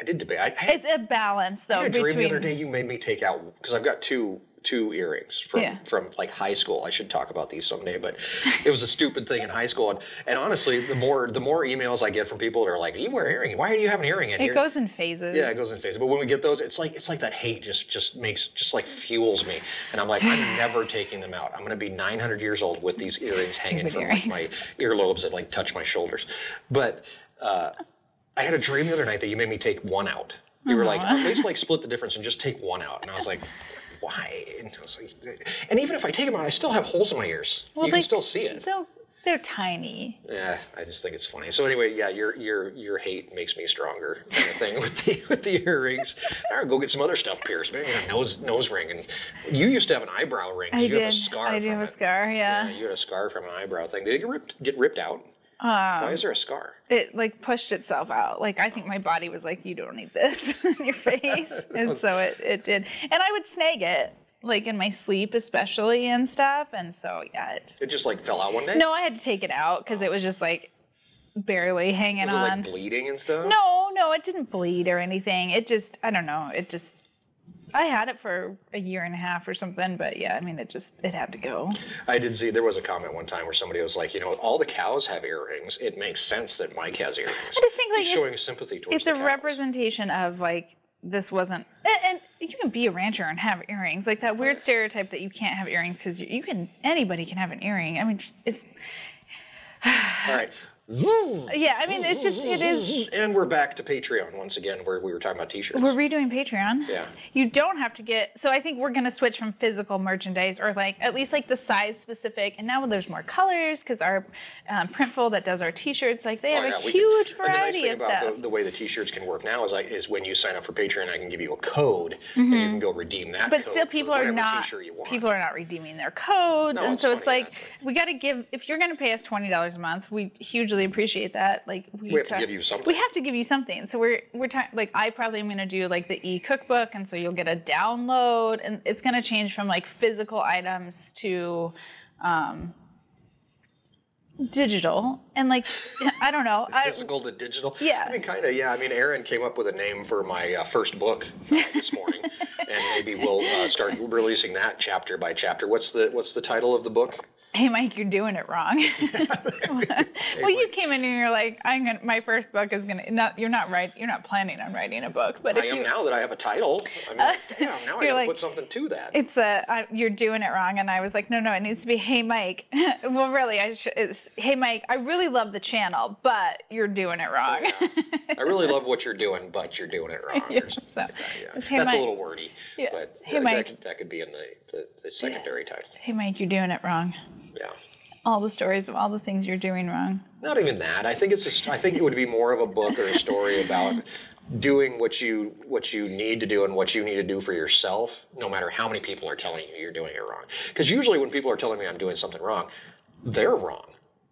[SPEAKER 1] I did debate. I, I had
[SPEAKER 2] it's a balance though
[SPEAKER 1] I had a dream
[SPEAKER 2] between
[SPEAKER 1] the other day you made me take out because I've got two two earrings from
[SPEAKER 2] Yeah.
[SPEAKER 1] from like high school. I should talk about these someday, but it was a stupid thing in high school. And, and honestly, the more the more emails I get from people that are like, "You wear earring? Why do you have an earring in
[SPEAKER 2] it
[SPEAKER 1] here?"
[SPEAKER 2] goes in phases.
[SPEAKER 1] yeah, it goes in Facebook. But when we get those, it's like it's like that hate just just makes just like fuels me, and I'm like, I'm never taking them out. I'm gonna be 900 years old with these earrings hanging
[SPEAKER 2] Stupid
[SPEAKER 1] from like,
[SPEAKER 2] earrings.
[SPEAKER 1] my earlobes that like touch my shoulders. But uh, I had a dream the other night that you made me take one out. You were like, at least like split the difference and just take one out, and I was like. Why? And, I was like, and even if I take them out, I still have holes in my ears. you can
[SPEAKER 2] they-
[SPEAKER 1] still see it.
[SPEAKER 2] Though they're tiny.
[SPEAKER 1] Yeah, I just think it's funny. So anyway, yeah, your your your hate makes me stronger kind of thing with the with the earrings. All right, go get some other stuff pierced, maybe a nose nose ring. And you used to have an eyebrow ring. 'cause
[SPEAKER 2] I
[SPEAKER 1] you
[SPEAKER 2] did.
[SPEAKER 1] Have a scar
[SPEAKER 2] I do
[SPEAKER 1] from
[SPEAKER 2] have a
[SPEAKER 1] it.
[SPEAKER 2] scar.
[SPEAKER 1] Yeah,
[SPEAKER 2] Yeah.
[SPEAKER 1] you had a scar from an eyebrow thing. Did it get ripped? Get ripped out?
[SPEAKER 2] Um,
[SPEAKER 1] Why is there a scar?
[SPEAKER 2] It like pushed itself out. Like I think my body was like, "You don't need this in your face," and so it it did. And I would snag it like in my sleep, especially and stuff. And so yeah, it just,
[SPEAKER 1] It just like fell out one day.
[SPEAKER 2] no, I had to take it out because it was just like barely hanging
[SPEAKER 1] was it like
[SPEAKER 2] on.
[SPEAKER 1] bleeding and stuff?
[SPEAKER 2] no, no, it didn't bleed or anything. It just I don't know. It just I had it for a year and a half or something. But yeah, I mean, it just it had to go.
[SPEAKER 1] I did see there was a comment one time where somebody was like, you know, all the cows have earrings. It makes sense that Mike has earrings. I
[SPEAKER 2] just think, like, it's-
[SPEAKER 1] showing sympathy towards
[SPEAKER 2] it's
[SPEAKER 1] the
[SPEAKER 2] a
[SPEAKER 1] cows.
[SPEAKER 2] representation of like this wasn't and, and you can be a rancher and have earrings like that weird stereotype that you can't have earrings because you, you can anybody can have an earring i mean if
[SPEAKER 1] All right. Zzz.
[SPEAKER 2] yeah i mean it's just it is
[SPEAKER 1] And we're back to Patreon once again, where we were talking about T-shirts.
[SPEAKER 2] we're redoing patreon
[SPEAKER 1] Yeah.
[SPEAKER 2] you don't have to get so i think we're going to switch from physical merchandise or like at least like the size specific and now there's more colors because our um, printful that does our t-shirts like they
[SPEAKER 1] Oh,
[SPEAKER 2] have
[SPEAKER 1] yeah,
[SPEAKER 2] a
[SPEAKER 1] we can-
[SPEAKER 2] huge
[SPEAKER 1] and the nice
[SPEAKER 2] variety
[SPEAKER 1] thing
[SPEAKER 2] of
[SPEAKER 1] about
[SPEAKER 2] stuff
[SPEAKER 1] The, the way the T-shirts can work now is like is when you sign up for Patreon, I can give you a code, and you can go redeem that.
[SPEAKER 2] Mm-hmm. but
[SPEAKER 1] code
[SPEAKER 2] still
[SPEAKER 1] for
[SPEAKER 2] people are
[SPEAKER 1] whatever
[SPEAKER 2] not
[SPEAKER 1] T-shirt you want.
[SPEAKER 2] people are not redeeming their codes
[SPEAKER 1] No,
[SPEAKER 2] and
[SPEAKER 1] it's
[SPEAKER 2] so it's
[SPEAKER 1] funny,
[SPEAKER 2] like
[SPEAKER 1] that's
[SPEAKER 2] we got to give if you're going to pay us $20 a month we hugely appreciate that like we,
[SPEAKER 1] have to give you something.
[SPEAKER 2] we have to give you something so we're we're ta- like i probably am going to do like the e-cookbook and so you'll get a download and it's going to change from like physical items to um digital and like i don't know I,
[SPEAKER 1] physical to digital.
[SPEAKER 2] Yeah.
[SPEAKER 1] I mean, kind of. Yeah. I mean, Aaron came up with a name for my uh, first book uh, this morning, and maybe we'll uh, start releasing that chapter by chapter. What's the What's the title of the book?
[SPEAKER 2] hey mike you're doing it wrong well you came in and you're like i'm gonna my first book is gonna not you're not right you're not planning on writing a book but if
[SPEAKER 1] I am
[SPEAKER 2] you Uh,
[SPEAKER 1] now that I have a title. I mean, damn, now I
[SPEAKER 2] you're
[SPEAKER 1] gotta
[SPEAKER 2] like-
[SPEAKER 1] put something to that.
[SPEAKER 2] it's a I, you're doing it wrong and i was like no no it needs to be hey mike well really i sh- it's, hey mike i really love the channel but you're doing it wrong
[SPEAKER 1] I really love what you're doing, but you're doing it wrong. or something.
[SPEAKER 2] so
[SPEAKER 1] Yeah.
[SPEAKER 2] it was, hey
[SPEAKER 1] That's a
[SPEAKER 2] mike
[SPEAKER 1] little wordy,
[SPEAKER 2] Yeah.
[SPEAKER 1] but
[SPEAKER 2] Hey,
[SPEAKER 1] that, that,
[SPEAKER 2] Mike.
[SPEAKER 1] could, that could be in the, the, the secondary title.
[SPEAKER 2] hey mike you're doing it wrong
[SPEAKER 1] Yeah.
[SPEAKER 2] all the stories of all the things you're doing wrong
[SPEAKER 1] Not even that. I think it's a st- I think it would be more of a book or a story about doing what you what you need to do and what you need to do for yourself, no matter how many people are telling you you're doing it wrong. Because usually when people are telling me I'm doing something wrong, they're wrong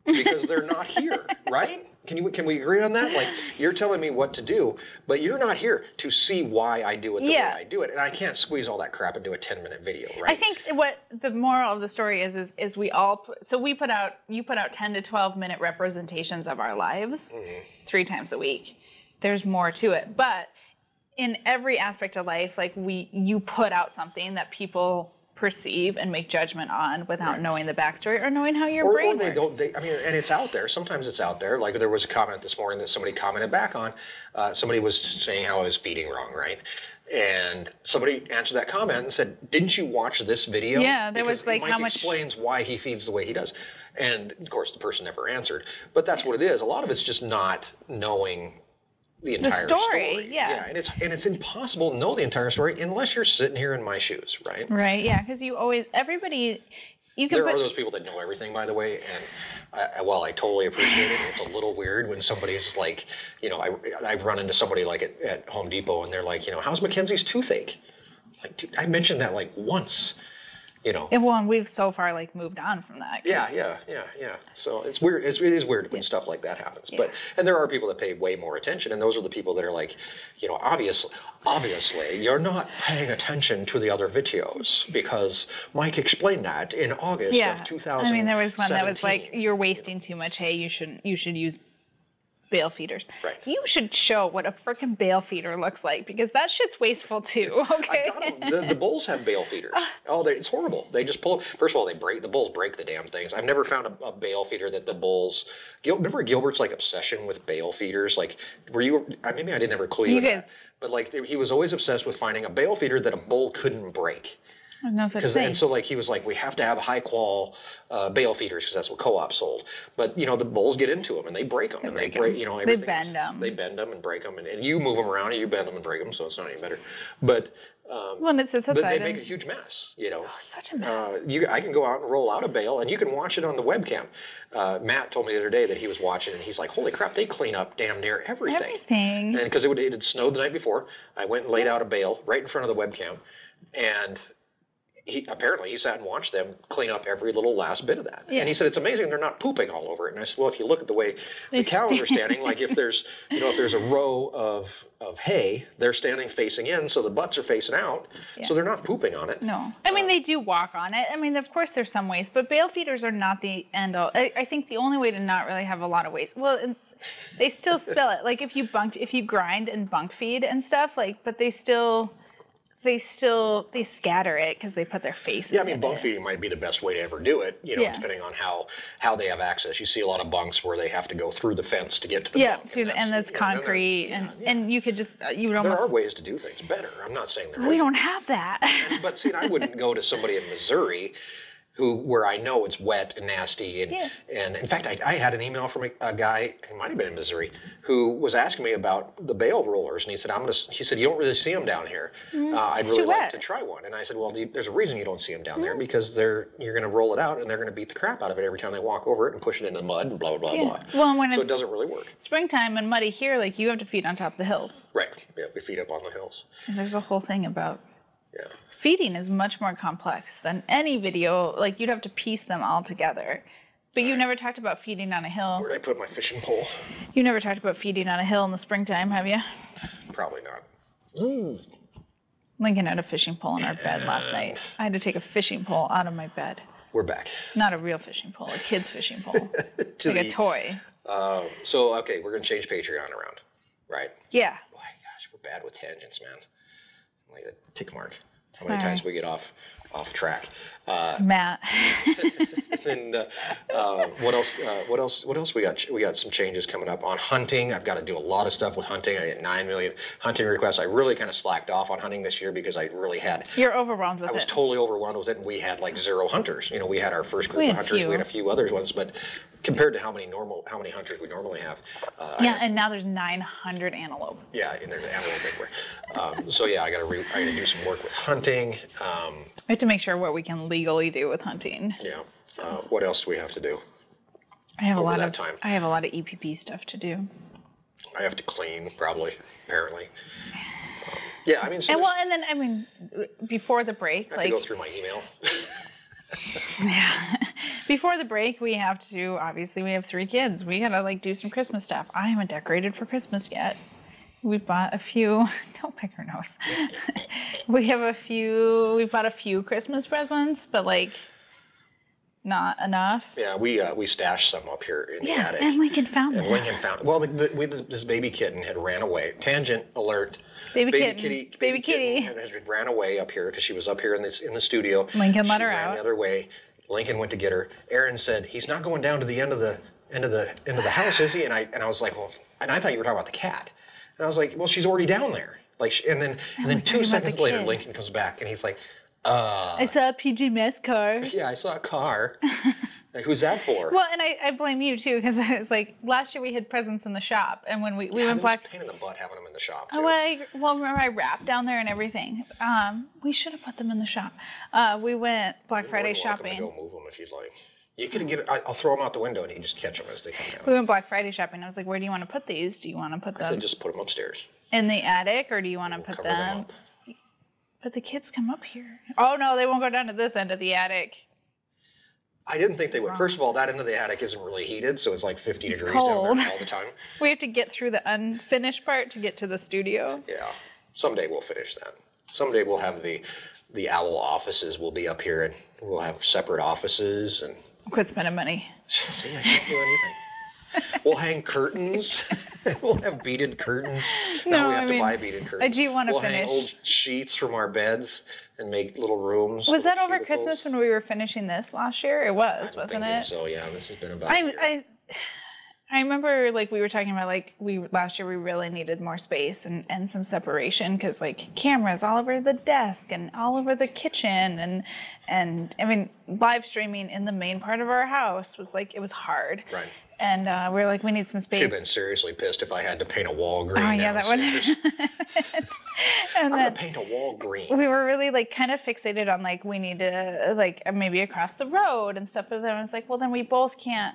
[SPEAKER 1] because they're not here, right? Can you can we agree on that? Like you're telling me what to do, but you're not here to see why I do it the
[SPEAKER 2] Yeah.
[SPEAKER 1] way I do it, and I can't squeeze all that crap into a 10 minute video, right?
[SPEAKER 2] I think what the moral of the story is is is we all put, so we put out you put out 10 to 12 minute representations of our lives
[SPEAKER 1] Mm-hmm.
[SPEAKER 2] three times a week. There's more to it, but in every aspect of life like we you put out something that people perceive and make judgment on without knowing the backstory or knowing how your
[SPEAKER 1] or,
[SPEAKER 2] brain
[SPEAKER 1] or they
[SPEAKER 2] works.
[SPEAKER 1] don't they, i mean and it's out there sometimes it's out there like there was a comment this morning that somebody commented back on uh, somebody was saying how i was feeding wrong right and somebody answered that comment and said didn't you watch this video
[SPEAKER 2] Yeah, there was,
[SPEAKER 1] Because
[SPEAKER 2] like,
[SPEAKER 1] Mike
[SPEAKER 2] how much-
[SPEAKER 1] explains why he feeds the way he does and of course the person never answered but that's what it is a lot of it's just not knowing the entire
[SPEAKER 2] story, yeah.
[SPEAKER 1] yeah and it's and it's impossible to know the entire story unless you're sitting here in my shoes right
[SPEAKER 2] right? Yeah, cuz you always everybody you can
[SPEAKER 1] there
[SPEAKER 2] put
[SPEAKER 1] are those people that know everything, by the way, and I, I- while I totally appreciate it, it's a little weird when somebody's like, you know, I, I run into somebody like at, at Home Depot and they're like, you know, how's Mackenzie's toothache? Like, dude, I mentioned that like once, you know.
[SPEAKER 2] well, and we've so far like moved on from that. 'cause-
[SPEAKER 1] yeah, yeah, yeah, yeah. So it's weird. It's, it is weird when stuff like that happens. But and there are people that pay way more attention, and those are the people that are like, you know, obviously, obviously, you're not paying attention to the other videos because Mike explained that in August
[SPEAKER 2] yeah.
[SPEAKER 1] of 2000.
[SPEAKER 2] I mean, there was one that was like, "You're wasting too much hay. You shouldn't. You should use bale feeders.
[SPEAKER 1] Right.
[SPEAKER 2] You should show what a freaking bale feeder looks like because that shit's wasteful too. Okay.
[SPEAKER 1] I don't- the, the bulls have bale feeders. Oh, they, it's horrible. They just pull. First of all, they break the bulls break the damn things. I've never found a, a bale feeder that the bulls. Gil, remember Gilbert's like obsession with bale feeders. Like, were you? I- Maybe I didn't ever clue you.
[SPEAKER 2] You
[SPEAKER 1] in that.
[SPEAKER 2] guys-
[SPEAKER 1] But like, he was always obsessed with finding a bale feeder that a bull couldn't break.
[SPEAKER 2] no such
[SPEAKER 1] 'Cause-
[SPEAKER 2] thing.
[SPEAKER 1] And so, like, he was like, we have to have high qual uh, bale feeders because that's what co-op sold. But you know, the bulls get into them and they break them and they
[SPEAKER 2] break 'em.
[SPEAKER 1] break. You know,
[SPEAKER 2] They
[SPEAKER 1] everything is-
[SPEAKER 2] bend 'em.
[SPEAKER 1] They bend them and break them, and, and you move them around and you bend them and break them, so it's not any better. But um,
[SPEAKER 2] well, and it sits
[SPEAKER 1] but they
[SPEAKER 2] outside.
[SPEAKER 1] make a
[SPEAKER 2] And,
[SPEAKER 1] huge mess, you know.
[SPEAKER 2] such a
[SPEAKER 1] Uh,
[SPEAKER 2] mess.
[SPEAKER 1] you, I can go out and roll out a bale, and you can watch it on the webcam. Uh, Matt told me the other day that he was watching, and he's like, "Holy crap! They clean up damn near everything."
[SPEAKER 2] Everything.
[SPEAKER 1] And because it, would- it had snowed the night before, I went and laid out a bale right in front of the webcam, and he apparently he sat and watched them clean up every little last bit of that.
[SPEAKER 2] Yeah.
[SPEAKER 1] And he said it's amazing they're not pooping all over it. And I said, well, if you look at the way
[SPEAKER 2] They
[SPEAKER 1] the cows are
[SPEAKER 2] stand.
[SPEAKER 1] standing, like if there's you know if there's a row of of hay, they're standing facing in, so the butts are facing out, so they're not pooping on it.
[SPEAKER 2] no. I mean, they do walk on it. I mean, of course, there's some waste, but bale feeders are not the end all. I, I think the only way to not really have a lot of waste. Well. And, they still spill it. Like if you bunk, if you grind and bunk feed and stuff, like, but they still, they still, they scatter it because they put their faces.
[SPEAKER 1] Yeah, I mean,
[SPEAKER 2] in
[SPEAKER 1] bunk
[SPEAKER 2] it.
[SPEAKER 1] feeding might be the best way to ever do it. You know,
[SPEAKER 2] Yeah.
[SPEAKER 1] depending on how how they have access. You see a lot of bunks where they have to go through the fence to get to the
[SPEAKER 2] Yeah,
[SPEAKER 1] bunk,
[SPEAKER 2] through the, and that's
[SPEAKER 1] you know, then there-
[SPEAKER 2] concrete, and and you could just uh, you would
[SPEAKER 1] There
[SPEAKER 2] almost
[SPEAKER 1] are ways to do things better. I'm not saying there
[SPEAKER 2] we
[SPEAKER 1] isn't.
[SPEAKER 2] don't have that.
[SPEAKER 1] But see, and I wouldn't go to somebody in Missouri who where I know it's wet and nasty. And,
[SPEAKER 2] Yeah.
[SPEAKER 1] and in fact, I, I had an email from a, a guy, he might have been in Missouri, who was asking me about the bale rollers. And he said, I'm going to, he said, you don't really see them down here. Uh, I'd really
[SPEAKER 2] Mm, too
[SPEAKER 1] like
[SPEAKER 2] wet." Mm.
[SPEAKER 1] to try one. And I said, well, do you- there's a reason you don't see them down there because they're, you're going to roll it out and they're going to beat the crap out of it every time they walk over it and push it into the mud and blah, blah, blah, blah.
[SPEAKER 2] Well, and when
[SPEAKER 1] so it
[SPEAKER 2] it's-
[SPEAKER 1] doesn't really work.
[SPEAKER 2] Springtime and muddy here, like you have to feed on top of the hills.
[SPEAKER 1] Right. Yeah. We feed up on the hills.
[SPEAKER 2] So there's a whole thing about
[SPEAKER 1] Yeah.
[SPEAKER 2] feeding is much more complex than any video. Like you'd have to piece them all together. But you never talked about feeding on a hill.
[SPEAKER 1] Where'd I put my fishing pole?
[SPEAKER 2] You never talked about feeding on a hill in the springtime, have you?
[SPEAKER 1] Probably not.
[SPEAKER 2] Lincoln had a fishing pole in our bed last night. I had to take a fishing pole out of my bed.
[SPEAKER 1] We're back.
[SPEAKER 2] Not a real fishing pole, a kid's fishing pole.
[SPEAKER 1] To
[SPEAKER 2] like a
[SPEAKER 1] the-
[SPEAKER 2] toy.
[SPEAKER 1] So okay, we're gonna change Patreon around, right?
[SPEAKER 2] Yeah.
[SPEAKER 1] Boy, gosh, we're bad with tangents, man. Like a tick mark. How many
[SPEAKER 2] Sorry.
[SPEAKER 1] times we get off off track? Uh,
[SPEAKER 2] Matt.
[SPEAKER 1] and uh, uh, what else? Uh, what else? What else? We got we got some changes coming up on hunting. I've got to do a lot of stuff with hunting. I get nine million hunting requests. I really kind of slacked off on hunting this year because I really had
[SPEAKER 2] You're overwhelmed with
[SPEAKER 1] I was
[SPEAKER 2] it.
[SPEAKER 1] totally overwhelmed with it, and we had like zero hunters. You know, we had our first group
[SPEAKER 2] We
[SPEAKER 1] of
[SPEAKER 2] had a
[SPEAKER 1] hunters.
[SPEAKER 2] few.
[SPEAKER 1] We had a few others ones, but compared to how many normal how many hunters we normally have, uh,
[SPEAKER 2] yeah, and now there's 900 antelope.
[SPEAKER 1] Yeah, and there's antelope everywhere. Um, so yeah, I gotta re- I gotta do some work with hunting. Um,
[SPEAKER 2] We have to make sure what we can legally do with hunting.
[SPEAKER 1] yeah. Uh, what else do we have to do?
[SPEAKER 2] I have a lot
[SPEAKER 1] that
[SPEAKER 2] of
[SPEAKER 1] time.
[SPEAKER 2] I have a lot of EPP stuff to do.
[SPEAKER 1] I have to clean probably. Apparently. Um, yeah, I mean, so
[SPEAKER 2] And
[SPEAKER 1] there's-
[SPEAKER 2] well, and then I mean, before the break,
[SPEAKER 1] I have to
[SPEAKER 2] like
[SPEAKER 1] go through my email.
[SPEAKER 2] yeah, Before the break, we have to obviously we have three kids. We gotta like do some Christmas stuff. I haven't decorated for Christmas yet. We bought a few. Don't pick her nose. we have a few. We bought a few Christmas presents, but like not enough.
[SPEAKER 1] Yeah, we uh, we stashed some up here in the
[SPEAKER 2] Yeah,
[SPEAKER 1] attic.
[SPEAKER 2] and Lincoln found
[SPEAKER 1] And
[SPEAKER 2] them.
[SPEAKER 1] Lincoln found well, the, the, we, this, this baby kitten had ran away. Tangent alert.
[SPEAKER 2] Baby kitten.
[SPEAKER 1] kitty.
[SPEAKER 2] Baby kitty.
[SPEAKER 1] kitten had- had ran away up here because she was up here in this in the studio.
[SPEAKER 2] Lincoln let
[SPEAKER 1] She
[SPEAKER 2] her
[SPEAKER 1] ran
[SPEAKER 2] out.
[SPEAKER 1] The other way. Lincoln went to get her. Aaron said, "He's not going down to the end of the end of the end of the house, is he?" And I and I was like, "Well," and I thought you were talking about the cat. And I was like, "Well, she's already down there." Like, she, and then and then
[SPEAKER 2] was
[SPEAKER 1] two
[SPEAKER 2] talking about the
[SPEAKER 1] seconds later,
[SPEAKER 2] kid.
[SPEAKER 1] Lincoln comes back and he's like,
[SPEAKER 2] I saw a PG Masks car.
[SPEAKER 1] "Yeah, I saw a car. like, who's that for?"
[SPEAKER 2] Well, and I, I blame you too because I was like last year we had presents in the shop, and when we we
[SPEAKER 1] It
[SPEAKER 2] went
[SPEAKER 1] was
[SPEAKER 2] black
[SPEAKER 1] a pain in the butt having them in the shop.
[SPEAKER 2] Oh,
[SPEAKER 1] too.
[SPEAKER 2] I, well, remember I wrapped down there and everything. Um, we should have put them in the shop. Uh, we went Black Friday
[SPEAKER 1] You're welcome
[SPEAKER 2] shopping.
[SPEAKER 1] To go move them if you'd like. You can get. I- I'll throw them out the window and you can just catch them as they come down.
[SPEAKER 2] We went Black Friday shopping. I was like, where do you want to put these? Do you want to put
[SPEAKER 1] I
[SPEAKER 2] them
[SPEAKER 1] said just put them upstairs.
[SPEAKER 2] in the attic or do you want to put
[SPEAKER 1] Cover
[SPEAKER 2] them?
[SPEAKER 1] them up.
[SPEAKER 2] But the kids come up here. Oh, no, they won't go down to this end of the attic.
[SPEAKER 1] I didn't think they would. First of all, that end of the attic isn't really heated, so it's like 50 degrees down
[SPEAKER 2] cold.
[SPEAKER 1] there all the time.
[SPEAKER 2] We have to get through the unfinished part to get to the studio.
[SPEAKER 1] Yeah. Someday we'll finish that. Someday we'll have the the owl offices. will be up here and we'll have separate offices and
[SPEAKER 2] Quit spending money.
[SPEAKER 1] see. I can't do anything. We'll hang curtains. we'll have beaded curtains.
[SPEAKER 2] No,
[SPEAKER 1] now we
[SPEAKER 2] I
[SPEAKER 1] have
[SPEAKER 2] mean,
[SPEAKER 1] to buy beaded curtains.
[SPEAKER 2] do wanna
[SPEAKER 1] we'll
[SPEAKER 2] finish.
[SPEAKER 1] hang old sheets from our beds and make little rooms. little
[SPEAKER 2] Was that over
[SPEAKER 1] cubicles.
[SPEAKER 2] Christmas when we were finishing this last year? It was, wasn't
[SPEAKER 1] Thinking
[SPEAKER 2] it?
[SPEAKER 1] So yeah, this has been about. a
[SPEAKER 2] I,
[SPEAKER 1] year.
[SPEAKER 2] I I remember like we were talking about like we last year we really needed more space and, and some separation because like cameras all over the desk and all over the kitchen and and I mean live streaming in the main part of our house was like it was hard.
[SPEAKER 1] Right.
[SPEAKER 2] And uh, we were like we need some space.
[SPEAKER 1] She'd have been seriously pissed if I had to paint a wall green.
[SPEAKER 2] Oh, yeah, that would-
[SPEAKER 1] downstairs.
[SPEAKER 2] and
[SPEAKER 1] I'm
[SPEAKER 2] then
[SPEAKER 1] gonna paint a wall green.
[SPEAKER 2] we were really like kind of fixated on like we need to like uh, maybe across the road and stuff but then i was like well then we both can't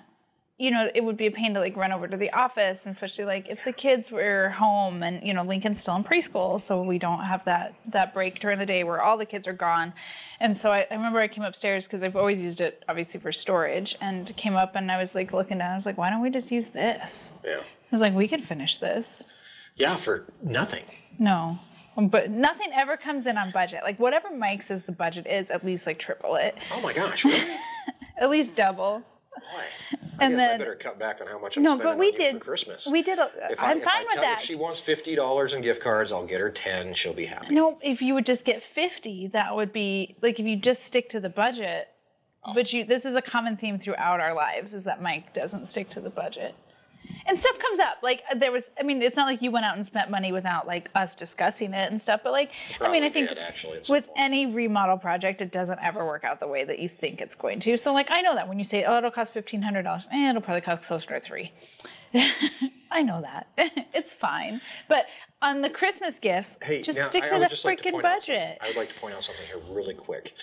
[SPEAKER 2] you know it would be a pain to like run over to the office and especially like if the kids were home and you know lincoln's still in preschool so we don't have that that break during the day where all the kids are gone and so i, I remember i came upstairs because i've always used it obviously for storage and came up and i was like looking down i was like why don't we just use this
[SPEAKER 1] Yeah.
[SPEAKER 2] i was like we could finish this
[SPEAKER 1] Yeah, for nothing.
[SPEAKER 2] no. Um, But nothing ever comes in on budget. Like whatever Mike says the budget is, at least like triple it.
[SPEAKER 1] Oh my gosh, really?
[SPEAKER 2] At least double.
[SPEAKER 1] Why? I
[SPEAKER 2] And
[SPEAKER 1] guess I
[SPEAKER 2] then
[SPEAKER 1] better cut back on how much I'm
[SPEAKER 2] No,
[SPEAKER 1] spending
[SPEAKER 2] but we
[SPEAKER 1] on you
[SPEAKER 2] did
[SPEAKER 1] for Christmas.
[SPEAKER 2] we did a,
[SPEAKER 1] If I,
[SPEAKER 2] I'm
[SPEAKER 1] if I
[SPEAKER 2] fine with
[SPEAKER 1] tell her
[SPEAKER 2] that.
[SPEAKER 1] If she wants fifty dollars in gift cards, I'll get her ten. She'll be happy.
[SPEAKER 2] no, if you would just get 50, that would be like if you just stick to the budget.
[SPEAKER 1] Oh.
[SPEAKER 2] But you this is a common theme throughout our lives is that Mike doesn't stick to the budget. And stuff comes up. Like uh, there was I mean, it's not like you went out and spent money without like us discussing it and stuff, but like I mean,
[SPEAKER 1] Probably
[SPEAKER 2] I think
[SPEAKER 1] did, actually, at some
[SPEAKER 2] with
[SPEAKER 1] point.
[SPEAKER 2] any remodel project, it doesn't ever work out the way that you think it's going to. So, like, I know that when you say, "Oh, it'll cost fifteen hundred dollars," eh, it'll probably cost closer to three. I know that it's fine, but on the Christmas gifts,
[SPEAKER 1] Hey,
[SPEAKER 2] just
[SPEAKER 1] now,
[SPEAKER 2] stick
[SPEAKER 1] I- I
[SPEAKER 2] to
[SPEAKER 1] would
[SPEAKER 2] the
[SPEAKER 1] just like
[SPEAKER 2] freaking
[SPEAKER 1] point out something.
[SPEAKER 2] budget.
[SPEAKER 1] I would like to point out something here really quick,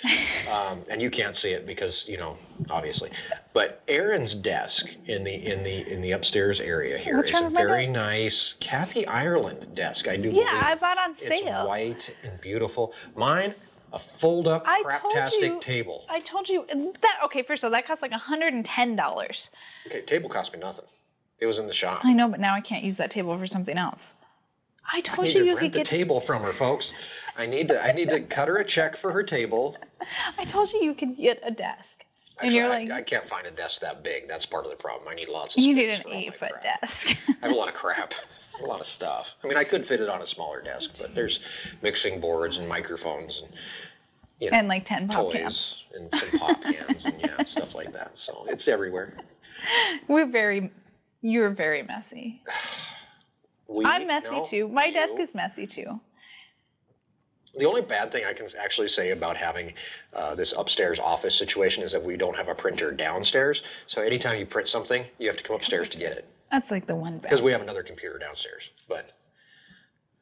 [SPEAKER 1] um, and you can't see it because you know, obviously. But Aaron's desk in the in the in the upstairs area here is
[SPEAKER 2] What's wrong
[SPEAKER 1] a
[SPEAKER 2] with my
[SPEAKER 1] very
[SPEAKER 2] desk?
[SPEAKER 1] nice Kathy Ireland desk. I do.
[SPEAKER 2] Yeah,
[SPEAKER 1] believe.
[SPEAKER 2] I bought on
[SPEAKER 1] It's
[SPEAKER 2] sale.
[SPEAKER 1] white and beautiful. Mine, a fold up
[SPEAKER 2] I told you-
[SPEAKER 1] craptastic table.
[SPEAKER 2] I told you uh, that. Okay, first of all, that costs like hundred and ten dollars.
[SPEAKER 1] okay, table cost me nothing. It was in the shop.
[SPEAKER 2] I know, but now I can't use that table for something else. I told
[SPEAKER 1] need
[SPEAKER 2] you
[SPEAKER 1] to
[SPEAKER 2] you
[SPEAKER 1] rent
[SPEAKER 2] could
[SPEAKER 1] the
[SPEAKER 2] get.
[SPEAKER 1] table from her, folks. I need to I need to cut her a check for her table.
[SPEAKER 2] I told you you could get a desk, and
[SPEAKER 1] Actually,
[SPEAKER 2] you're
[SPEAKER 1] I-
[SPEAKER 2] like,
[SPEAKER 1] I, can't find a desk that big. That's part of the problem. I need lots of
[SPEAKER 2] you
[SPEAKER 1] space
[SPEAKER 2] need an
[SPEAKER 1] for all my
[SPEAKER 2] eight foot
[SPEAKER 1] crap.
[SPEAKER 2] desk.
[SPEAKER 1] I have a lot of crap. I have A lot of stuff. I mean, I could fit it on a smaller desk, but there's mixing boards and microphones and
[SPEAKER 2] and like 10 pop
[SPEAKER 1] toys
[SPEAKER 2] cans.
[SPEAKER 1] and some pop cans and yeah, stuff like that. So it's everywhere.
[SPEAKER 2] We're very, you're very messy.
[SPEAKER 1] We,
[SPEAKER 2] I'm messy
[SPEAKER 1] no,
[SPEAKER 2] too. My desk
[SPEAKER 1] you.
[SPEAKER 2] is messy too.
[SPEAKER 1] The only bad thing I can actually say about having uh, this upstairs office situation is that we don't have a printer downstairs. So anytime you print something, you have to come upstairs to get it
[SPEAKER 2] That's like the one
[SPEAKER 1] because
[SPEAKER 2] bad.
[SPEAKER 1] we have another computer downstairs. But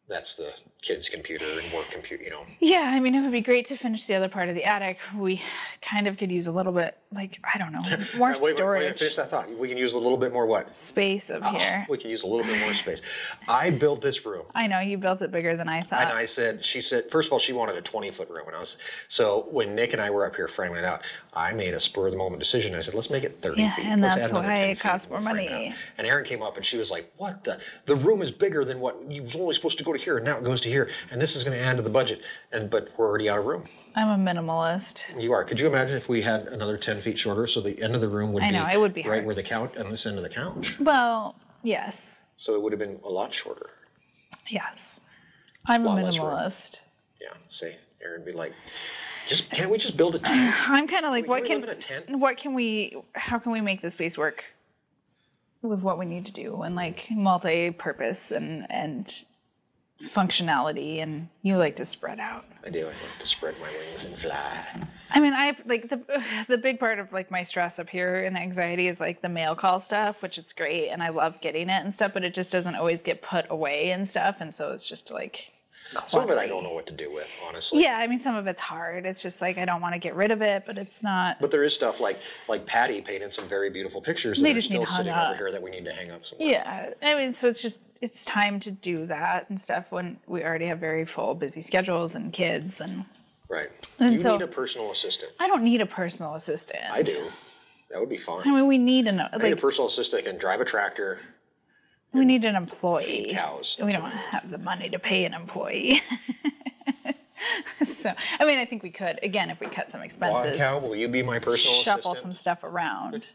[SPEAKER 1] that's the kids' computer and work computer, you know.
[SPEAKER 2] Yeah, I mean, it would be great to finish the other part of the attic. We kind of could use a little bit, like, I don't know, more
[SPEAKER 1] Wait, wait,
[SPEAKER 2] storage
[SPEAKER 1] wait, Ah, finish that thought. We can use a little bit more what?
[SPEAKER 2] space up here.
[SPEAKER 1] We can use a little bit more space. I built this room.
[SPEAKER 2] I know you built it bigger than I thought.
[SPEAKER 1] And I said, she said, first of all, she wanted a 20 foot room. And I was, so when Nick and I were up here framing it out, I made a spur of the moment decision. I said, let's make it 30
[SPEAKER 2] Yeah,
[SPEAKER 1] feet.
[SPEAKER 2] and
[SPEAKER 1] Let's
[SPEAKER 2] that's
[SPEAKER 1] add another
[SPEAKER 2] why
[SPEAKER 1] 10
[SPEAKER 2] it
[SPEAKER 1] feet
[SPEAKER 2] costs
[SPEAKER 1] and we'll
[SPEAKER 2] more
[SPEAKER 1] frame it
[SPEAKER 2] money.
[SPEAKER 1] out." And Aaron came up and she was like, what the? The room is bigger than what you was only supposed to go to here. And now it goes to here. And this is going to add to the budget. And, but we're already out of room.
[SPEAKER 2] I'm a minimalist.
[SPEAKER 1] You are. Could you imagine if we had another 10 feet shorter? So the end of the room would
[SPEAKER 2] I
[SPEAKER 1] be,
[SPEAKER 2] know, it would be
[SPEAKER 1] right
[SPEAKER 2] hard.
[SPEAKER 1] where the couch and this end of the couch.
[SPEAKER 2] Well, yes,
[SPEAKER 1] So it would have been a lot shorter.
[SPEAKER 2] yes. I'm a
[SPEAKER 1] Lot less room.
[SPEAKER 2] minimalist.
[SPEAKER 1] Yeah. See, Aaron would be like, just can't we just build a tent?
[SPEAKER 2] I'm kind of like, what
[SPEAKER 1] we
[SPEAKER 2] can
[SPEAKER 1] live in a tent?
[SPEAKER 2] what can we? How can we make the space work with what we need to do and like multi-purpose and and functionality? And you like to spread out.
[SPEAKER 1] I do. I like to spread my wings and fly.
[SPEAKER 2] I mean, I like the the big part of like my stress up here and anxiety is like the mail call stuff, which it's great and I love getting it and stuff, but it just doesn't always get put away and stuff, and so it's just like.
[SPEAKER 1] Some of it I don't know what to do with, honestly.
[SPEAKER 2] Yeah, I mean, some of it's hard. It's just like I don't want to get rid of it, but it's not.
[SPEAKER 1] But there is stuff like like Patty painted some very beautiful pictures
[SPEAKER 2] They
[SPEAKER 1] that are
[SPEAKER 2] just need
[SPEAKER 1] still
[SPEAKER 2] hung
[SPEAKER 1] sitting
[SPEAKER 2] up.
[SPEAKER 1] over here that we need to hang up somewhere.
[SPEAKER 2] Yeah, I mean, so it's just it's time to do that and stuff when we already have very full, busy schedules and kids, and
[SPEAKER 1] Right.
[SPEAKER 2] And
[SPEAKER 1] you
[SPEAKER 2] so-
[SPEAKER 1] need a personal assistant.
[SPEAKER 2] I don't need a personal assistant.
[SPEAKER 1] I do. That would be fun.
[SPEAKER 2] I mean, we need an
[SPEAKER 1] I need a
[SPEAKER 2] like
[SPEAKER 1] personal assistant that can drive a tractor.
[SPEAKER 2] we need an employee.
[SPEAKER 1] cows,
[SPEAKER 2] We don't have the money to pay an employee. so I mean, I think we could again if we cut some
[SPEAKER 1] Blonde
[SPEAKER 2] expenses,
[SPEAKER 1] cow, will you be my personal
[SPEAKER 2] shuffle some
[SPEAKER 1] assistant?
[SPEAKER 2] stuff around.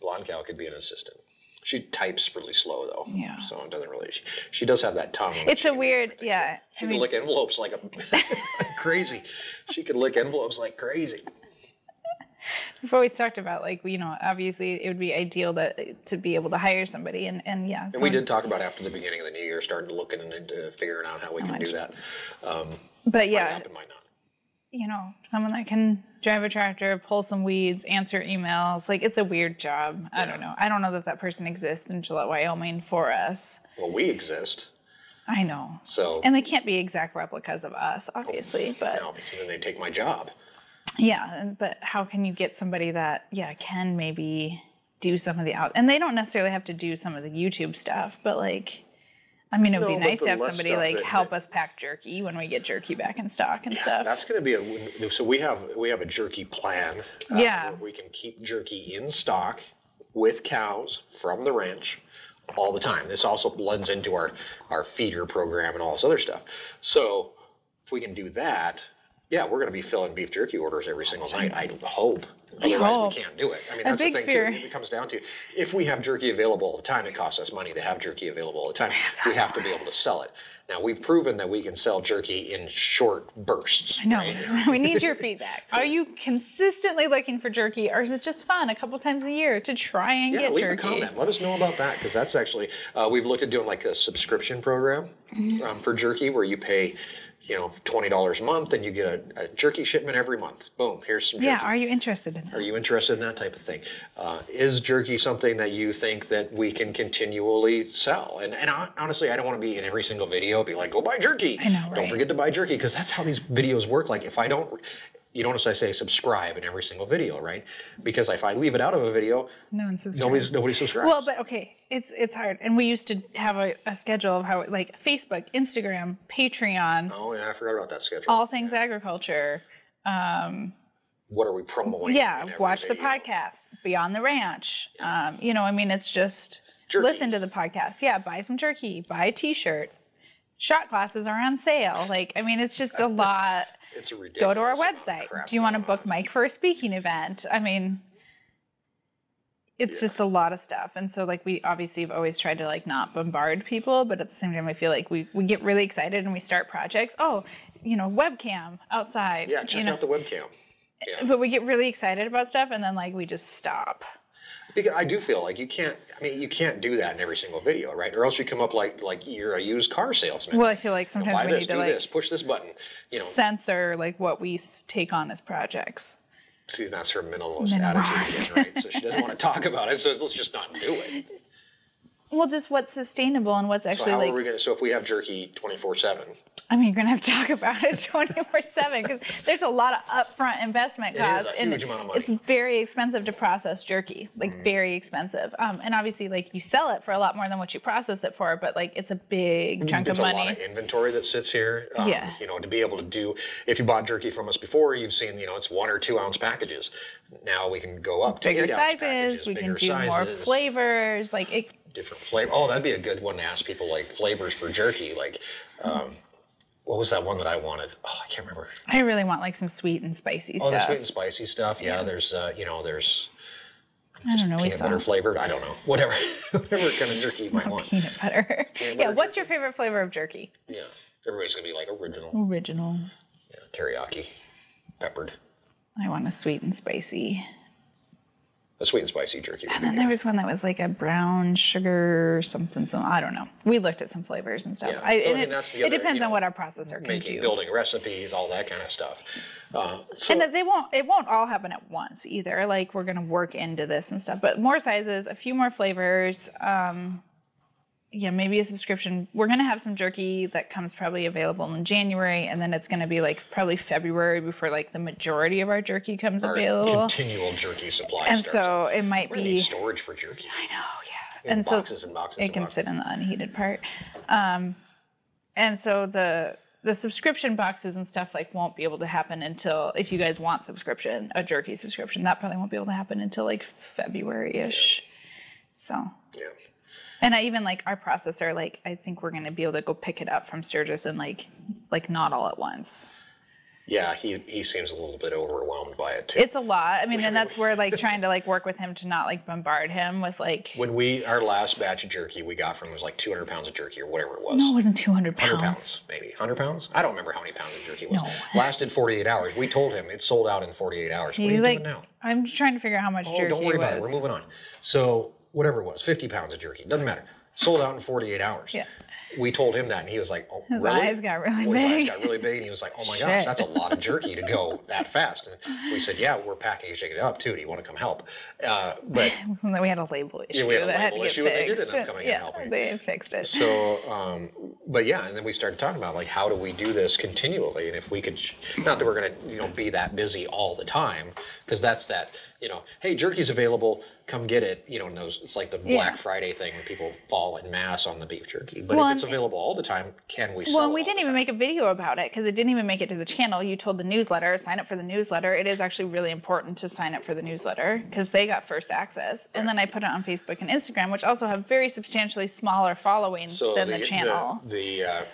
[SPEAKER 1] Blonde cow could be an assistant. She types really slow though.
[SPEAKER 2] Yeah.
[SPEAKER 1] So it doesn't really. She, she does have that tongue. that
[SPEAKER 2] It's
[SPEAKER 1] she
[SPEAKER 2] a
[SPEAKER 1] can-
[SPEAKER 2] weird, yeah.
[SPEAKER 1] She
[SPEAKER 2] I
[SPEAKER 1] can
[SPEAKER 2] mean,
[SPEAKER 1] lick envelopes like a crazy. She could lick envelopes like crazy.
[SPEAKER 2] we've always talked about like you know, obviously it would be ideal that to be able to hire somebody, and and yeah,
[SPEAKER 1] And we did talk about after the beginning of the new year, starting looking into figuring out how we can do that. Um,
[SPEAKER 2] but
[SPEAKER 1] might
[SPEAKER 2] yeah,
[SPEAKER 1] happen, might not.
[SPEAKER 2] you know, someone that can drive a tractor, pull some weeds, answer emails. Like it's a weird job. I don't know. I don't know that that person exists in Gillette, Wyoming for us.
[SPEAKER 1] Well, we exist,
[SPEAKER 2] I know.
[SPEAKER 1] so
[SPEAKER 2] And they can't be exact replicas of us, obviously, but
[SPEAKER 1] no, because then they take my job.
[SPEAKER 2] yeah, and- but how can you get somebody that yeah, can maybe do some of the out and they don't necessarily have to do some of the YouTube stuff, but like I mean, it would
[SPEAKER 1] No,
[SPEAKER 2] be
[SPEAKER 1] but
[SPEAKER 2] nice to
[SPEAKER 1] the
[SPEAKER 2] have
[SPEAKER 1] less
[SPEAKER 2] somebody
[SPEAKER 1] stuff
[SPEAKER 2] like
[SPEAKER 1] that-
[SPEAKER 2] help
[SPEAKER 1] that-
[SPEAKER 2] us pack jerky when we get jerky back in stock and stuff.
[SPEAKER 1] That's going to be a so we have we have a jerky plan. uh,
[SPEAKER 2] Yeah.
[SPEAKER 1] where we can keep jerky in stock with cows from the ranch all the time. This also blends into our our feeder program and all this other stuff. So if we can do that, yeah, we're going to be filling beef jerky orders every single night. I hope. Otherwise,
[SPEAKER 2] hope.
[SPEAKER 1] we can't do it. I mean, that's
[SPEAKER 2] big
[SPEAKER 1] the thing
[SPEAKER 2] fear-
[SPEAKER 1] too. It comes down to if we have jerky available all the time, it costs us money to have jerky available all the time. we have to be able to sell it. Now we've proven that we can sell jerky in short bursts.
[SPEAKER 2] No, we need your feedback. Are you consistently looking for jerky, or is it just fun a couple times a year to try and
[SPEAKER 1] Yeah,
[SPEAKER 2] get
[SPEAKER 1] leave a
[SPEAKER 2] jerky?
[SPEAKER 1] comment. Let us know about that because that's actually uh, we've looked at doing like a subscription program
[SPEAKER 2] Mm-hmm.
[SPEAKER 1] um, for jerky where you pay, you know, twenty dollars a month and you get a, a jerky shipment every month. Boom, here's some jerky.
[SPEAKER 2] Yeah, are you interested in that?
[SPEAKER 1] Are you interested in that type of thing? Uh, is jerky something that you think that we can continually sell? And, and hon- honestly, I don't want to be in every single video be like, go buy jerky.
[SPEAKER 2] I know,
[SPEAKER 1] Don't
[SPEAKER 2] right?
[SPEAKER 1] forget to buy jerky because that's how these videos work. Like if I don't, you notice I say subscribe in every single video, right? Because if I leave it out of a video,
[SPEAKER 2] No one subscribes.
[SPEAKER 1] nobody's nobody subscribes.
[SPEAKER 2] Well, but okay, it's it's hard, and we used to have a, a schedule of how like Facebook, Instagram, Patreon,
[SPEAKER 1] oh yeah, I forgot about that schedule.
[SPEAKER 2] all things agriculture. Um,
[SPEAKER 1] what are we promoting?
[SPEAKER 2] yeah,
[SPEAKER 1] in every
[SPEAKER 2] watch the
[SPEAKER 1] video?
[SPEAKER 2] podcast, Beyond the Ranch. Um, you know, I mean, it's just
[SPEAKER 1] Jerky.
[SPEAKER 2] listen to the podcast. Yeah, buy some jerky, buy a T-shirt. Shot glasses are on sale. Like, I mean, it's just a lot.
[SPEAKER 1] It's a
[SPEAKER 2] go
[SPEAKER 1] ridiculous.
[SPEAKER 2] to our
[SPEAKER 1] amount of
[SPEAKER 2] website.
[SPEAKER 1] crap
[SPEAKER 2] Do you want to
[SPEAKER 1] going on.
[SPEAKER 2] book Mike for a speaking event? I mean, it's just a lot of stuff. And so like we obviously have always tried to like not bombard people, but at the same time I feel like we, we get really excited and we start projects. Oh, you know, webcam outside.
[SPEAKER 1] Yeah, check
[SPEAKER 2] you know.
[SPEAKER 1] out the webcam.
[SPEAKER 2] but we get really excited about stuff and then like we just stop.
[SPEAKER 1] Because I do feel like you can't. I mean, you can't do that in every single video, right? Or else you come up like like you're a used car salesman.
[SPEAKER 2] Well, I feel like sometimes
[SPEAKER 1] Buy
[SPEAKER 2] we
[SPEAKER 1] this,
[SPEAKER 2] need
[SPEAKER 1] do
[SPEAKER 2] to like
[SPEAKER 1] this, push this button. You know,
[SPEAKER 2] censor like what we s- take on as projects.
[SPEAKER 1] see, that's her minimalist,
[SPEAKER 2] Minimalist.
[SPEAKER 1] attitude, again, right? So she doesn't want to talk about it. So let's just not do it.
[SPEAKER 2] Well, just what's sustainable and what's
[SPEAKER 1] So
[SPEAKER 2] actually
[SPEAKER 1] how
[SPEAKER 2] like.
[SPEAKER 1] are we gonna? So if we have jerky twenty four seven,
[SPEAKER 2] I mean, you're gonna have to talk about it 24 seven because there's a lot of upfront investment
[SPEAKER 1] It is a
[SPEAKER 2] costs. and
[SPEAKER 1] huge amount of money. Mm.
[SPEAKER 2] It's very expensive to process jerky, like very expensive. Um, and obviously, like you sell it for a lot more than what you process it for, but like it's a big chunk
[SPEAKER 1] there's
[SPEAKER 2] of
[SPEAKER 1] Mm, a
[SPEAKER 2] money.
[SPEAKER 1] lot of inventory that sits here. Um,
[SPEAKER 2] Yeah.
[SPEAKER 1] You know, to be able to do, if you bought jerky from us before, you've seen, you know, it's one or two ounce packages. Now we can go up to
[SPEAKER 2] bigger
[SPEAKER 1] eight ounce
[SPEAKER 2] sizes.
[SPEAKER 1] packages,
[SPEAKER 2] We
[SPEAKER 1] bigger
[SPEAKER 2] can do more
[SPEAKER 1] sizes,
[SPEAKER 2] flavors. Like it,
[SPEAKER 1] Different flavor. Oh, that'd be a good one to ask people like flavors for jerky. Like, um, what was that one that I wanted? Oh, I can't remember.
[SPEAKER 2] I really want like some sweet and spicy
[SPEAKER 1] Oh, the
[SPEAKER 2] stuff.
[SPEAKER 1] sweet and spicy stuff. Yeah, there's, uh, you know, there's
[SPEAKER 2] I don't know. We
[SPEAKER 1] peanut
[SPEAKER 2] saw
[SPEAKER 1] butter flavored. I don't know. Whatever, whatever kind of jerky you might want.
[SPEAKER 2] peanut butter. yeah.
[SPEAKER 1] butter
[SPEAKER 2] What's your favorite flavor of jerky?
[SPEAKER 1] Yeah. Everybody's gonna be like original
[SPEAKER 2] Original.
[SPEAKER 1] yeah, teriyaki, peppered.
[SPEAKER 2] I want a sweet and spicy.
[SPEAKER 1] A sweet and spicy jerky. would be
[SPEAKER 2] And then there was one that was like a brown sugar something. Some I don't know. We looked at some flavors and stuff.
[SPEAKER 1] Yeah,
[SPEAKER 2] I,
[SPEAKER 1] so, I
[SPEAKER 2] and
[SPEAKER 1] mean,
[SPEAKER 2] it,
[SPEAKER 1] that's the
[SPEAKER 2] it
[SPEAKER 1] other,
[SPEAKER 2] depends
[SPEAKER 1] you
[SPEAKER 2] on
[SPEAKER 1] know,
[SPEAKER 2] what our processor can
[SPEAKER 1] making,
[SPEAKER 2] do.
[SPEAKER 1] building recipes, all that kind of stuff. Uh, so
[SPEAKER 2] and that they won't it won't all happen at once either like we're gonna work into this and stuff but more sizes a few more flavors um yeah maybe a subscription we're gonna have some jerky that comes probably available in january and then it's gonna be like probably february before like the majority of our jerky comes
[SPEAKER 1] our
[SPEAKER 2] available
[SPEAKER 1] continual jerky supply.
[SPEAKER 2] and
[SPEAKER 1] starts up.
[SPEAKER 2] so it might
[SPEAKER 1] We need
[SPEAKER 2] be
[SPEAKER 1] storage for jerky.
[SPEAKER 2] i know yeah
[SPEAKER 1] And
[SPEAKER 2] and so
[SPEAKER 1] boxes and boxes.
[SPEAKER 2] it
[SPEAKER 1] and
[SPEAKER 2] can
[SPEAKER 1] boxes.
[SPEAKER 2] sit in the unheated part um, and so the the subscription boxes and stuff like won't be able to happen until if you guys want subscription a jerky subscription that probably won't be able to happen until like february-ish so
[SPEAKER 1] Yeah.
[SPEAKER 2] and i even like our processor like i think we're going to be able to go pick it up from sturgis and like like not all at once
[SPEAKER 1] Yeah, he, he seems a little bit overwhelmed by it too.
[SPEAKER 2] it's a lot i mean and that's where like trying to like work with him to not like bombard him with like
[SPEAKER 1] when we our last batch of jerky we got from was like 200 pounds of jerky or whatever it was.
[SPEAKER 2] no it wasn't 200
[SPEAKER 1] 100
[SPEAKER 2] pounds,
[SPEAKER 1] pounds, maybe 100 pounds. I don't remember how many pounds of jerky it was.
[SPEAKER 2] No.
[SPEAKER 1] Lasted 48 hours. We told him it sold out in 48 hours. what are
[SPEAKER 2] You,
[SPEAKER 1] you
[SPEAKER 2] like,
[SPEAKER 1] doing now?
[SPEAKER 2] i'm trying to figure out how much
[SPEAKER 1] Oh,
[SPEAKER 2] jerky
[SPEAKER 1] don't worry
[SPEAKER 2] was
[SPEAKER 1] about it. We're moving on. So whatever it was, 50 pounds of jerky, doesn't matter. Sold out in 48 hours.
[SPEAKER 2] Yeah.
[SPEAKER 1] We told him that, and he was like, "Oh,
[SPEAKER 2] His
[SPEAKER 1] really?"
[SPEAKER 2] eyes got really
[SPEAKER 1] Well, his eyes
[SPEAKER 2] big.
[SPEAKER 1] got really big, and he was like, "Oh my gosh,
[SPEAKER 2] Shit.
[SPEAKER 1] that's a lot of jerky to go that fast." And we said, "Yeah, we're packaging it up too. Do you want to come help?" Uh, but
[SPEAKER 2] And then we had a label issue
[SPEAKER 1] we had a
[SPEAKER 2] that had to
[SPEAKER 1] label
[SPEAKER 2] get
[SPEAKER 1] issue, and
[SPEAKER 2] fixed.
[SPEAKER 1] they did end up coming and
[SPEAKER 2] yeah,
[SPEAKER 1] helping.
[SPEAKER 2] they fixed it.
[SPEAKER 1] so, um, but yeah, and then we started talking about like, how do we do this continually? And if we could, not that we're gonna, you know, be that busy all the time, because that's that, you know, hey, jerky's available, come get it. You know, and those, it's like the Black Friday thing when people fall in mass on the beef jerky. But
[SPEAKER 2] Well,
[SPEAKER 1] if it's
[SPEAKER 2] and-
[SPEAKER 1] available all the time, can we? sell
[SPEAKER 2] well, and
[SPEAKER 1] it
[SPEAKER 2] we
[SPEAKER 1] all
[SPEAKER 2] didn't
[SPEAKER 1] the
[SPEAKER 2] even
[SPEAKER 1] time?
[SPEAKER 2] make a video about it because it didn't even make it to the channel. You told the newsletter, sign up for the newsletter. It is actually really important to sign up for the newsletter because they got first access. And then I put it on Facebook and Instagram, which also have very substantially smaller followings than the, channel.
[SPEAKER 1] The, uh,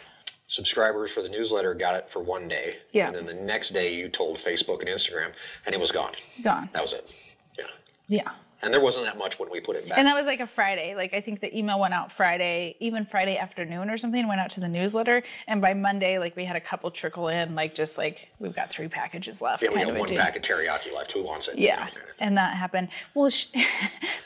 [SPEAKER 1] subscribers for the newsletter got it for one day.
[SPEAKER 2] Yeah.
[SPEAKER 1] And then the next day, you told Facebook and Instagram, and it was gone.
[SPEAKER 2] Gone.
[SPEAKER 1] That was it. Yeah.
[SPEAKER 2] Yeah.
[SPEAKER 1] And there wasn't that much when we put it back.
[SPEAKER 2] And that was like a Friday. Like I think the email went out Friday, even Friday afternoon or something, went out to the newsletter. And by Monday, like we had a couple trickle in, like just like we've got three packages left.
[SPEAKER 1] Yeah, we
[SPEAKER 2] kind
[SPEAKER 1] got
[SPEAKER 2] of a
[SPEAKER 1] one
[SPEAKER 2] deal.
[SPEAKER 1] pack of teriyaki left. Who wants it? You know,
[SPEAKER 2] Yeah,
[SPEAKER 1] kind of thing.
[SPEAKER 2] and that happened. Well, sh-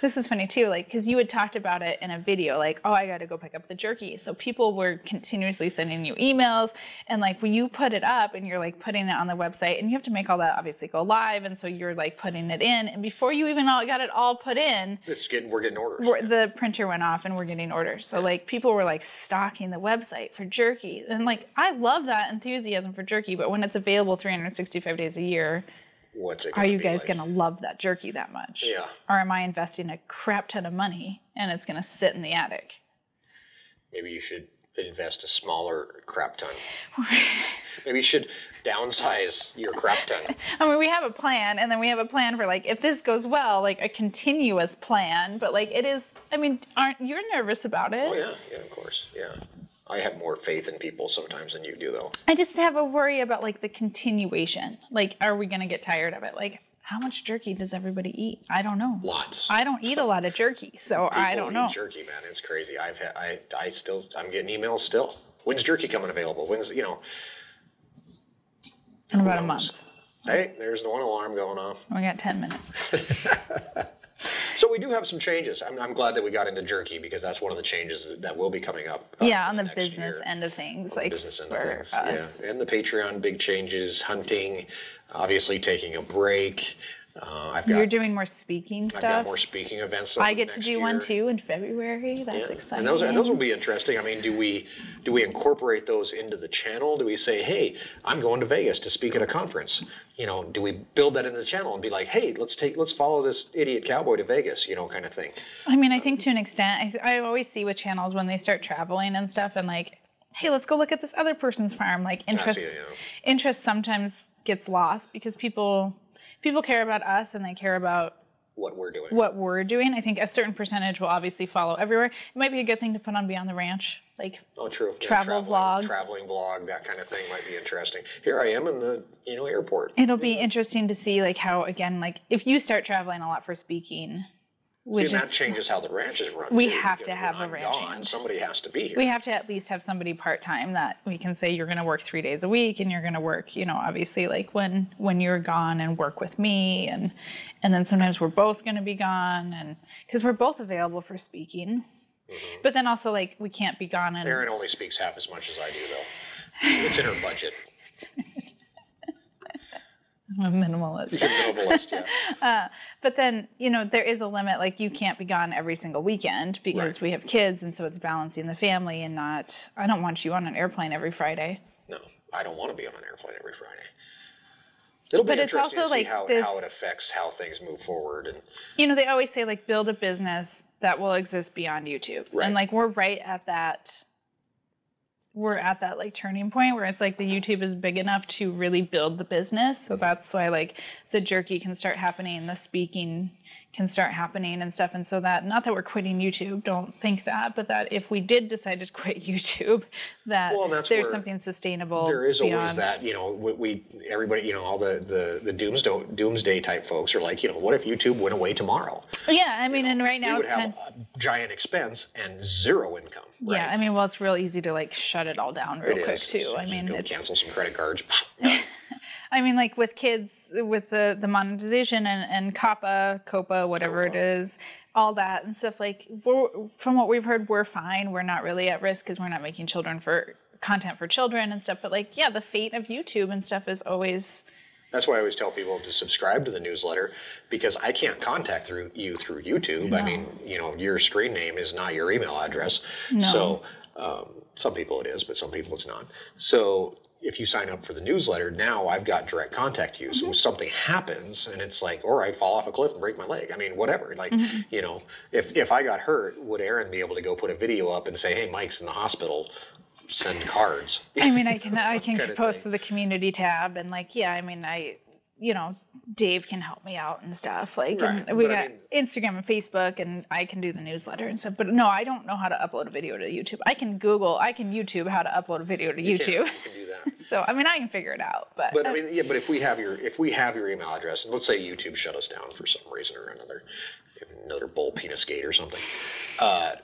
[SPEAKER 2] this is funny too, like because you had talked about it in a video, like, oh, I got to go pick up the jerky. So people were continuously sending you emails, and like when you put it up, and you're like putting it on the website, and you have to make all that obviously go live, and so you're like putting it in, and before you even all got it all put in,
[SPEAKER 1] It's getting we're getting orders.
[SPEAKER 2] we're- the printer went off and we're getting orders. So like people were like stocking the website for jerky. And like I love that enthusiasm for jerky, but when it's available 365 days a year,
[SPEAKER 1] What's it?
[SPEAKER 2] are
[SPEAKER 1] gonna
[SPEAKER 2] you
[SPEAKER 1] be
[SPEAKER 2] guys
[SPEAKER 1] like?
[SPEAKER 2] going to love that jerky that much?
[SPEAKER 1] Yeah.
[SPEAKER 2] Or am I investing a crap ton of money and it's going to sit in the attic?
[SPEAKER 1] Maybe you should invest a smaller crap ton. Maybe you should downsize your crap ton.
[SPEAKER 2] I mean, we have a plan and then we have a plan for like if this goes well, like a continuous plan, but like it is I mean, aren't you're nervous about it?
[SPEAKER 1] Oh yeah, yeah, of course, yeah. I have more faith in people sometimes than you do, though.
[SPEAKER 2] I just have a worry about like the continuation. Like, are we gonna get tired of it? Like, how much jerky does everybody eat? I don't know.
[SPEAKER 1] Lots.
[SPEAKER 2] I don't eat a lot of jerky, so I
[SPEAKER 1] People
[SPEAKER 2] don't
[SPEAKER 1] eat
[SPEAKER 2] know.
[SPEAKER 1] Jerky, man, it's crazy. I've had, I, I still, I'm getting emails still. When's jerky coming available? When's you know?
[SPEAKER 2] In about a
[SPEAKER 1] Who knows?
[SPEAKER 2] month,
[SPEAKER 1] Hey, there's one alarm going off.
[SPEAKER 2] we got ten minutes.
[SPEAKER 1] So we do have some changes. I'm, I'm glad that we got into jerky because that's one of the changes that will be coming up. uh,
[SPEAKER 2] yeah, on the
[SPEAKER 1] next
[SPEAKER 2] business
[SPEAKER 1] year.
[SPEAKER 2] end of things,
[SPEAKER 1] the
[SPEAKER 2] like
[SPEAKER 1] business end
[SPEAKER 2] for
[SPEAKER 1] of things.
[SPEAKER 2] us.
[SPEAKER 1] Yeah. And the Patreon big changes, hunting, obviously taking a break. Uh, I've got
[SPEAKER 2] You're doing more speaking
[SPEAKER 1] I've got
[SPEAKER 2] stuff.
[SPEAKER 1] more speaking events.
[SPEAKER 2] I get to
[SPEAKER 1] next
[SPEAKER 2] do one
[SPEAKER 1] year.
[SPEAKER 2] too in February. That's
[SPEAKER 1] Yeah.
[SPEAKER 2] exciting.
[SPEAKER 1] And those, and those will be interesting. I mean, do we do we incorporate those into the channel? Do we say, hey, I'm going to Vegas to speak at a conference? You know, do we build that into the channel and be like, hey, let's take let's follow this idiot cowboy to Vegas, you know, kind of thing.
[SPEAKER 2] I mean, I think to an extent, I, I always see with channels when they start traveling and stuff, and like, hey, let's go look at this other person's farm. Like interest,
[SPEAKER 1] yeah.
[SPEAKER 2] interest sometimes gets lost because people people care about us and they care about
[SPEAKER 1] What we're doing.
[SPEAKER 2] what we're doing. I think a certain percentage will obviously follow everywhere. It might be a good thing to put on Beyond the Ranch, like
[SPEAKER 1] Oh, true. Yeah,
[SPEAKER 2] Travel
[SPEAKER 1] traveling-
[SPEAKER 2] vlogs.
[SPEAKER 1] traveling vlog, that kind of thing might be interesting. Here I am in the you know airport.
[SPEAKER 2] it'll be interesting to see like how again like if you start traveling a lot for speaking which
[SPEAKER 1] See, and that
[SPEAKER 2] is
[SPEAKER 1] changes how the ranch is run.
[SPEAKER 2] We
[SPEAKER 1] too,
[SPEAKER 2] have
[SPEAKER 1] because
[SPEAKER 2] to
[SPEAKER 1] when
[SPEAKER 2] have a
[SPEAKER 1] I'm
[SPEAKER 2] ranch
[SPEAKER 1] gone,
[SPEAKER 2] hand.
[SPEAKER 1] Somebody has to be here.
[SPEAKER 2] we have to at least have somebody part-time that we can say you're going to work three days a week and you're going to work you know obviously like when when you're gone and work with me and and then sometimes we're both going to be gone and because we're both available for speaking
[SPEAKER 1] Mm-hmm.
[SPEAKER 2] but then also like we can't be gone and
[SPEAKER 1] Erin only speaks half as much as I do, though. It's- It's in her budget.
[SPEAKER 2] I'm a minimalist
[SPEAKER 1] She's a minimalist, yeah.
[SPEAKER 2] but then you know there is a limit like you can't be gone every single weekend because
[SPEAKER 1] Right.
[SPEAKER 2] we have kids and so it's balancing the family and not i don't want you on an airplane every friday
[SPEAKER 1] No, I don't want to be on an airplane every Friday. It'll be
[SPEAKER 2] But it's
[SPEAKER 1] interesting to
[SPEAKER 2] also
[SPEAKER 1] see
[SPEAKER 2] like
[SPEAKER 1] how,
[SPEAKER 2] this-
[SPEAKER 1] how it affects how things move forward. And
[SPEAKER 2] you know they always say like build a business that will exist beyond youtube
[SPEAKER 1] Right.
[SPEAKER 2] and like we're right at that we're at that like turning point where it's like the youtube is big enough to really build the business so that's why like the jerky can start happening the speaking can start happening and stuff and so that not that we're quitting youtube don't think that but that if we did decide to quit youtube that
[SPEAKER 1] Well, that's
[SPEAKER 2] there's
[SPEAKER 1] where
[SPEAKER 2] something sustainable
[SPEAKER 1] there is always
[SPEAKER 2] Oh, beyond-
[SPEAKER 1] that, you know, we, we everybody, you know, all the the, the doomsday, doomsday type folks are like, you know, what if YouTube went away tomorrow?
[SPEAKER 2] yeah i mean and right
[SPEAKER 1] We
[SPEAKER 2] now
[SPEAKER 1] would
[SPEAKER 2] it's kind
[SPEAKER 1] have a giant expense and zero income. Right?
[SPEAKER 2] Yeah, I mean, well, it's real easy to like shut it all down real
[SPEAKER 1] It
[SPEAKER 2] quick
[SPEAKER 1] is.
[SPEAKER 2] too.
[SPEAKER 1] Just
[SPEAKER 2] I mean,
[SPEAKER 1] go
[SPEAKER 2] it's
[SPEAKER 1] cancel some credit cards.
[SPEAKER 2] I mean, like with kids, with the the monetization and and COPPA, COPA, whatever it is, all that and stuff. Like, we're, from what we've heard, we're fine. We're not really at risk because we're not making children for content for children and stuff. But like, yeah, the fate of YouTube and stuff is always
[SPEAKER 1] That's why I always tell people to subscribe to the newsletter because I can't contact through you through YouTube. I mean, you know, your screen name is not your email address. So um, some people it is, but some people it's not. So if you sign up for the newsletter, now I've got direct contact to you. So if something happens and it's like, or I fall off a cliff and break my leg. I mean, whatever. Like, you know, if if I got hurt, would Aaron be able to go put a video up and say, hey, Mike's in the hospital? Send cards.
[SPEAKER 2] I mean, I can I can
[SPEAKER 1] Kinda
[SPEAKER 2] post to the community tab and like, yeah, I mean, I you know, Dave can help me out and stuff. Like,
[SPEAKER 1] Right,
[SPEAKER 2] and we
[SPEAKER 1] but I
[SPEAKER 2] got Instagram and Facebook, and I can do the newsletter and stuff. But no, I don't know how to upload a video to YouTube. I can Google, I can YouTube how to upload a video to
[SPEAKER 1] You
[SPEAKER 2] YouTube.
[SPEAKER 1] can't- you can do that.
[SPEAKER 2] So I mean, I can figure it out. But,
[SPEAKER 1] But I mean, yeah. But if we have your if we have your email address, and let's say YouTube shut us down for some reason or another, another bull penis gate or something, uh,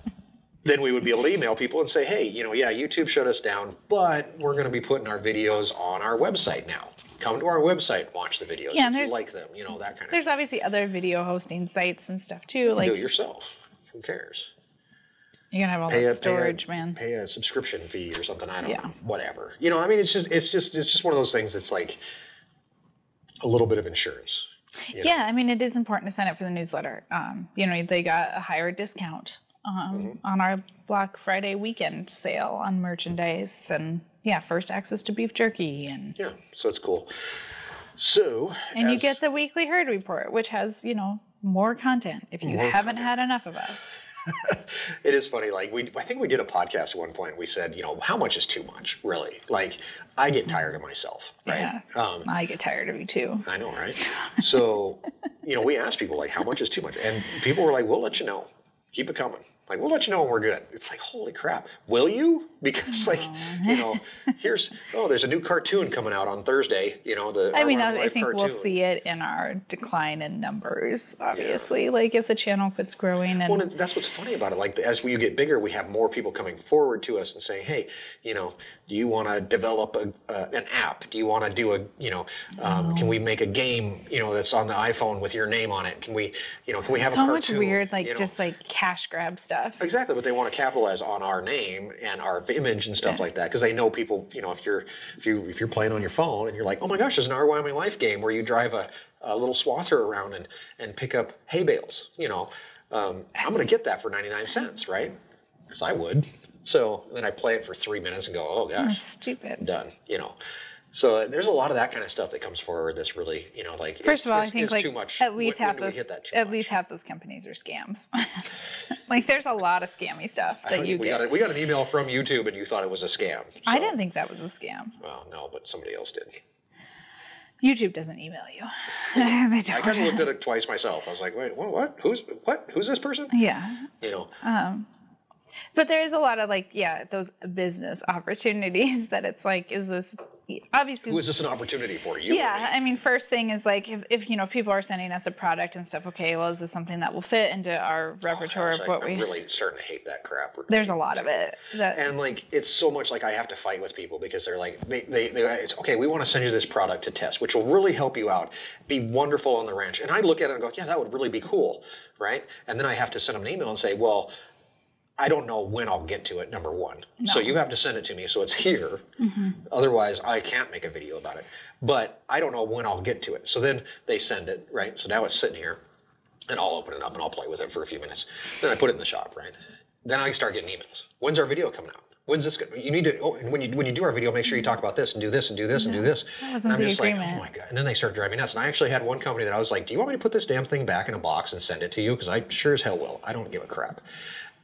[SPEAKER 1] then we would be able to email people and say, hey, you know, yeah, YouTube shut us down, but we're going to be putting our videos on our website now. Come to our website, watch the videos
[SPEAKER 2] Yeah, and
[SPEAKER 1] if
[SPEAKER 2] there's-
[SPEAKER 1] you like them, you know, that kind of
[SPEAKER 2] there's obviously other video hosting sites and stuff too. Like,
[SPEAKER 1] Do it
[SPEAKER 2] you're
[SPEAKER 1] yourself. Who cares?
[SPEAKER 2] gonna have all
[SPEAKER 1] Pay a-
[SPEAKER 2] that
[SPEAKER 1] pay a-
[SPEAKER 2] storage, man.
[SPEAKER 1] Pay a subscription fee or something. I don't
[SPEAKER 2] Yeah.
[SPEAKER 1] know. Whatever. You know, I mean, it's just it's just it's just one of those things that's like a little bit of insurance.
[SPEAKER 2] Yeah, I mean, it is important to sign up for the newsletter. Um, you know, they got a higher discount um,
[SPEAKER 1] Mm-hmm.
[SPEAKER 2] on our Black Friday weekend sale on merchandise and, yeah, first access to beef jerky. And,
[SPEAKER 1] Yeah, so it's cool. So,
[SPEAKER 2] and you
[SPEAKER 1] as-
[SPEAKER 2] get the weekly herd report, which has, you know, more content if you haven't had enough of us.
[SPEAKER 1] it is funny. Like we, I think we did a podcast at one point. We said, you know, how much is too much, really? Like, I get tired of myself, right? Um,
[SPEAKER 2] Yeah. I get tired of you too.
[SPEAKER 1] I know, right? So, you know, we asked people like, how much is too much, and people were like, we'll let you know. Keep it coming. Like, we'll let you know when we're good. It's like, holy crap, will you? Because like, you know, here's oh, there's a new cartoon coming out on Thursday. You know, the
[SPEAKER 2] I mean,
[SPEAKER 1] Our Wild
[SPEAKER 2] I, I
[SPEAKER 1] Life
[SPEAKER 2] think we'll
[SPEAKER 1] cartoon.
[SPEAKER 2] see it in our decline in numbers, obviously. Like, if the channel quits growing and.
[SPEAKER 1] Well, and that's what's funny about it. Like as we get bigger, we have more people coming forward to us and saying, "Hey, you know, do you want to develop a, uh, an app? Do you want to do a, you know, um, can we
[SPEAKER 2] Oh.
[SPEAKER 1] make a game, you know, that's on the iPhone with your name on it? Can we, you know, can we have
[SPEAKER 2] so
[SPEAKER 1] a
[SPEAKER 2] much
[SPEAKER 1] cartoon?"
[SPEAKER 2] weird, like
[SPEAKER 1] you know?
[SPEAKER 2] just like cash grab stuff.
[SPEAKER 1] exactly. But they want to capitalize on our name and our image and stuff
[SPEAKER 2] Yeah.
[SPEAKER 1] like that because they know people. You know, if you're if you if you're playing on your phone and you're like, oh my gosh, there's an RY My Life game where you drive a, a little swather around and and pick up hay bales. You know, um, I'm gonna get that for 99 cents, right? Because I would. So then I play it for three minutes and go, oh gosh,
[SPEAKER 2] Stupid.
[SPEAKER 1] done. You know. So uh, there's a lot of that kind of stuff that comes forward. That's really, you know, like
[SPEAKER 2] First
[SPEAKER 1] is-
[SPEAKER 2] of all,
[SPEAKER 1] is-
[SPEAKER 2] I think
[SPEAKER 1] is
[SPEAKER 2] like
[SPEAKER 1] too much.
[SPEAKER 2] at least
[SPEAKER 1] when,
[SPEAKER 2] half
[SPEAKER 1] when do we
[SPEAKER 2] those
[SPEAKER 1] hit that too
[SPEAKER 2] at
[SPEAKER 1] much?
[SPEAKER 2] least half those companies are scams. like there's a lot of scammy stuff that you
[SPEAKER 1] we
[SPEAKER 2] get.
[SPEAKER 1] got a, we got an email from YouTube and you thought it was a scam.
[SPEAKER 2] I
[SPEAKER 1] so-
[SPEAKER 2] didn't think that was a scam.
[SPEAKER 1] Well, no, but somebody else did.
[SPEAKER 2] YouTube doesn't email you. they
[SPEAKER 1] I kind of
[SPEAKER 2] don't.
[SPEAKER 1] looked at it twice myself. I was like, wait, what? what? Who's what? Who's this person?
[SPEAKER 2] Yeah.
[SPEAKER 1] You know,
[SPEAKER 2] But there is a lot of like, yeah, those business opportunities that it's like, is this obviously?
[SPEAKER 1] who is this an opportunity for you?
[SPEAKER 2] yeah, I mean, first thing is like, if, if you know, if people are sending us a product and stuff, okay, well, is this something that will fit into our repertoire
[SPEAKER 1] Gosh,
[SPEAKER 2] of
[SPEAKER 1] Oh, I,
[SPEAKER 2] what
[SPEAKER 1] I'm
[SPEAKER 2] we?
[SPEAKER 1] really starting to hate that crap.
[SPEAKER 2] there's a lot of it. That,
[SPEAKER 1] and like it's so much like I have to fight with people because they're like they they, they it's okay we want to send you this product to test which will really help you out be wonderful on the ranch and I look at it and go yeah that would really be cool right and then I have to send them an email and say well I don't know when I'll get to it number one so you have to send it to me so it's here otherwise I can't make a video about it but I don't know when I'll get to it so then they send it right so now it's sitting here and I'll open it up and I'll play with it for a few minutes. Then I put it in the shop, right? Then I start getting emails. When's our video coming out? When's this? Gonna, you need to. Oh, and when you when you do our video, make sure you talk about this and do this and do this and do this. That
[SPEAKER 2] wasn't
[SPEAKER 1] and
[SPEAKER 2] the
[SPEAKER 1] I'm just like,
[SPEAKER 2] agreement.
[SPEAKER 1] oh my god! And then they start driving nuts. And I actually had one company that I was like, do you want me to put this damn thing back in a box and send it to you? Because I sure as hell will. I don't give a crap.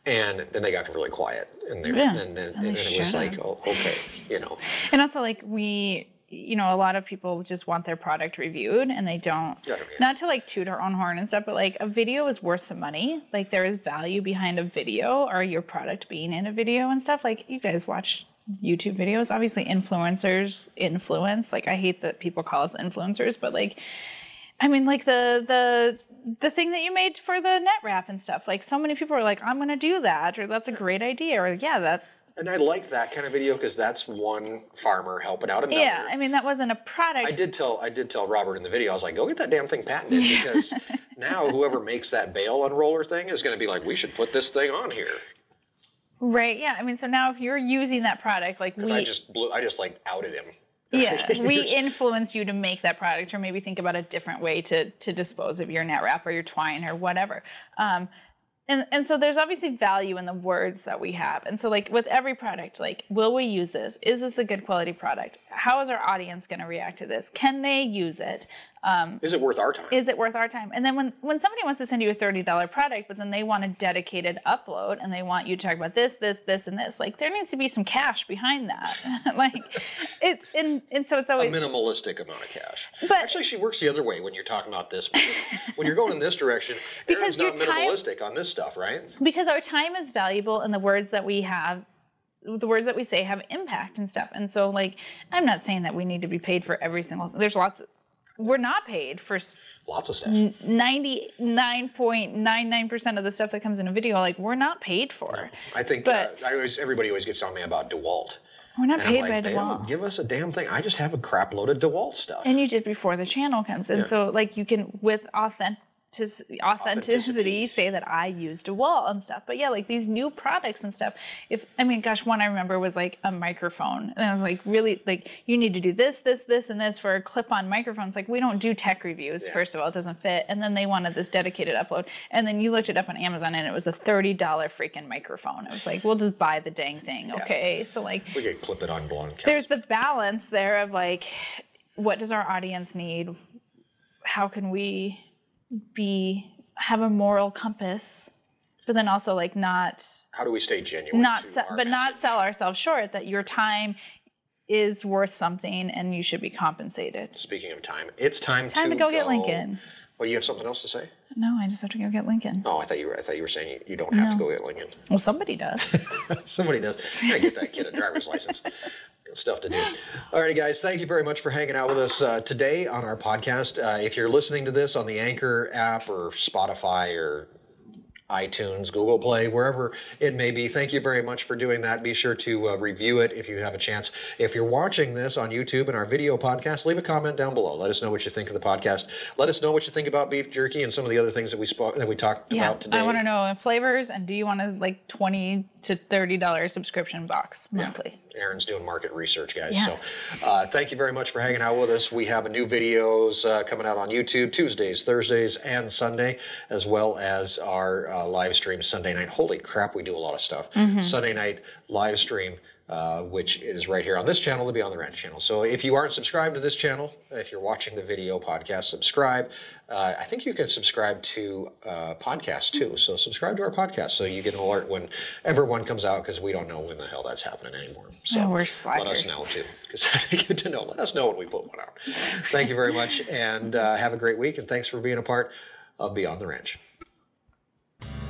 [SPEAKER 1] And then they got really quiet, and they
[SPEAKER 2] Yeah.
[SPEAKER 1] and then,
[SPEAKER 2] And they
[SPEAKER 1] and then it was
[SPEAKER 2] should.
[SPEAKER 1] like, oh, okay, you know.
[SPEAKER 2] And also, like we, you know, a lot of people just want their product reviewed, and they don't.
[SPEAKER 1] Yeah, yeah.
[SPEAKER 2] Not to like toot our own horn and stuff, but like a video is worth some money. Like there is value behind a video or your product being in a video and stuff. Like you guys watch YouTube videos, obviously influencers influence. Like I hate that people call us influencers, but like I mean, like the the the thing that you made for the net wrap and stuff. Like so many people are like, I'm gonna do that, or that's a great idea, or yeah, that
[SPEAKER 1] And I like that kind of video because that's one farmer helping out another.
[SPEAKER 2] yeah. I mean, that wasn't a product.
[SPEAKER 1] I did tell I did tell Robert in the video. I was like, "Go get that damn thing patented," because now whoever makes that bail unroller thing is going to be like, "We should put this thing on here."
[SPEAKER 2] Right. Yeah. I mean, so now if you're using that product, like we,
[SPEAKER 1] Because I just blew, I just like outed him.
[SPEAKER 2] yeah, we influence you to make that product, or maybe think about a different way to to dispose of your net wrap or your twine or whatever. Um, and and so there's obviously value in the words that we have. And so like with every product, like will we use this? Is this a good quality product? How is our audience going to react to this? Can they use it? Um,
[SPEAKER 1] Is it worth our time?
[SPEAKER 2] is it worth our time? And then when, when somebody wants to send you a $30 product, but then they want a dedicated upload and they want you to talk about this, this, this, and this, like there needs to be some cash behind that. like it's, and, and so it's always,
[SPEAKER 1] Minimalistic amount of cash.
[SPEAKER 2] But-
[SPEAKER 1] Actually, she works the other way when you're talking about this. Because when you're going in this direction,
[SPEAKER 2] Because
[SPEAKER 1] Aaron's not
[SPEAKER 2] your time-
[SPEAKER 1] minimalistic on this stuff, right?
[SPEAKER 2] because our time is valuable and the words that we have, the words that we say have impact and stuff. And so like, I'm not saying that we need to be paid for every single, there's lots, we're not paid for s-
[SPEAKER 1] Lots of stuff.
[SPEAKER 2] Mm, 99.99% of the stuff that comes in a video. Like we're not paid for.
[SPEAKER 1] I think
[SPEAKER 2] but-
[SPEAKER 1] uh, I always, everybody always gets on me about DeWalt.
[SPEAKER 2] We're not
[SPEAKER 1] And I'm
[SPEAKER 2] paid
[SPEAKER 1] like,
[SPEAKER 2] by
[SPEAKER 1] they don't
[SPEAKER 2] DeWalt.
[SPEAKER 1] give us a damn thing. I just have a crap load of DeWalt stuff.
[SPEAKER 2] and you did before the channel comes and so like you can with authentic authenticity,
[SPEAKER 1] Authenticity.
[SPEAKER 2] say that i used a wall and stuff but yeah like these new products and stuff if i mean gosh one i remember was like a microphone and i was like really like you need to do this this this and this for a clip-on microphone it's like we don't do tech reviews first of all it doesn't fit and then they wanted this dedicated upload and then you looked it up on amazon and it was a $30 freaking microphone i was like we'll just buy the dang thing okay so like
[SPEAKER 1] we could clip it on blonde. Couch.
[SPEAKER 2] there's the balance there of like what does our audience need how can we be have a moral compass but then also like not
[SPEAKER 1] How do we stay genuine?
[SPEAKER 2] not
[SPEAKER 1] to
[SPEAKER 2] se-
[SPEAKER 1] our
[SPEAKER 2] but not sell ourselves short that your time is worth something and you should be compensated
[SPEAKER 1] Speaking of time, it's time,
[SPEAKER 2] time to go, get lincoln
[SPEAKER 1] Well, you have something else to say?
[SPEAKER 2] no i just have to go get lincoln
[SPEAKER 1] Oh, I thought you were. I thought you were saying you, you don't have to go get Lincoln.
[SPEAKER 2] well somebody does
[SPEAKER 1] Somebody does. I get that kid a driver's license. Got Stuff to do. All right, guys. Thank you very much for hanging out with us uh, today on our podcast. Uh, if you're listening to this on the Anchor app or Spotify or iTunes, Google Play, wherever it may be. Thank you very much for doing that. Be sure to uh, review it if you have a chance. If you're watching this on YouTube and our video podcast, leave a comment down below. Let us know what you think of the podcast. Let us know what you think about beef jerky and some of the other things that we spoke that we talked
[SPEAKER 2] Yeah,
[SPEAKER 1] about today.
[SPEAKER 2] I want to know flavors, and do you want a like twenty to thirty dollars subscription box monthly?
[SPEAKER 1] Aaron's doing market research, guys.
[SPEAKER 2] Yeah.
[SPEAKER 1] So, uh, thank you very much for hanging out with us. We have new videos uh, coming out on YouTube Tuesdays, Thursdays, and Sunday, as well as our uh, live stream Sunday night. Holy crap, we do a lot of stuff. Sunday night live stream. Uh, which is right here on this channel, the Beyond the Ranch channel. So if you aren't subscribed to this channel, if you're watching the video podcast, subscribe. Uh, I think you can subscribe to uh, podcasts too. So subscribe to our podcast so you get an alert whenever one comes out because we don't know when the hell that's happening anymore. So
[SPEAKER 2] Oh, we're
[SPEAKER 1] let us
[SPEAKER 2] slackers.
[SPEAKER 1] know too because I get to know. Let us know when we put one out. Thank you very much and uh, have a great week. And thanks for being a part of Beyond the Ranch.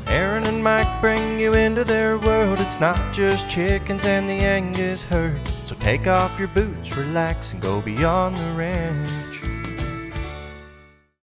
[SPEAKER 3] Aaron and Mike bring you into their world. It's not just chickens and the Angus herd. So take off your boots, relax, and go beyond the ranch.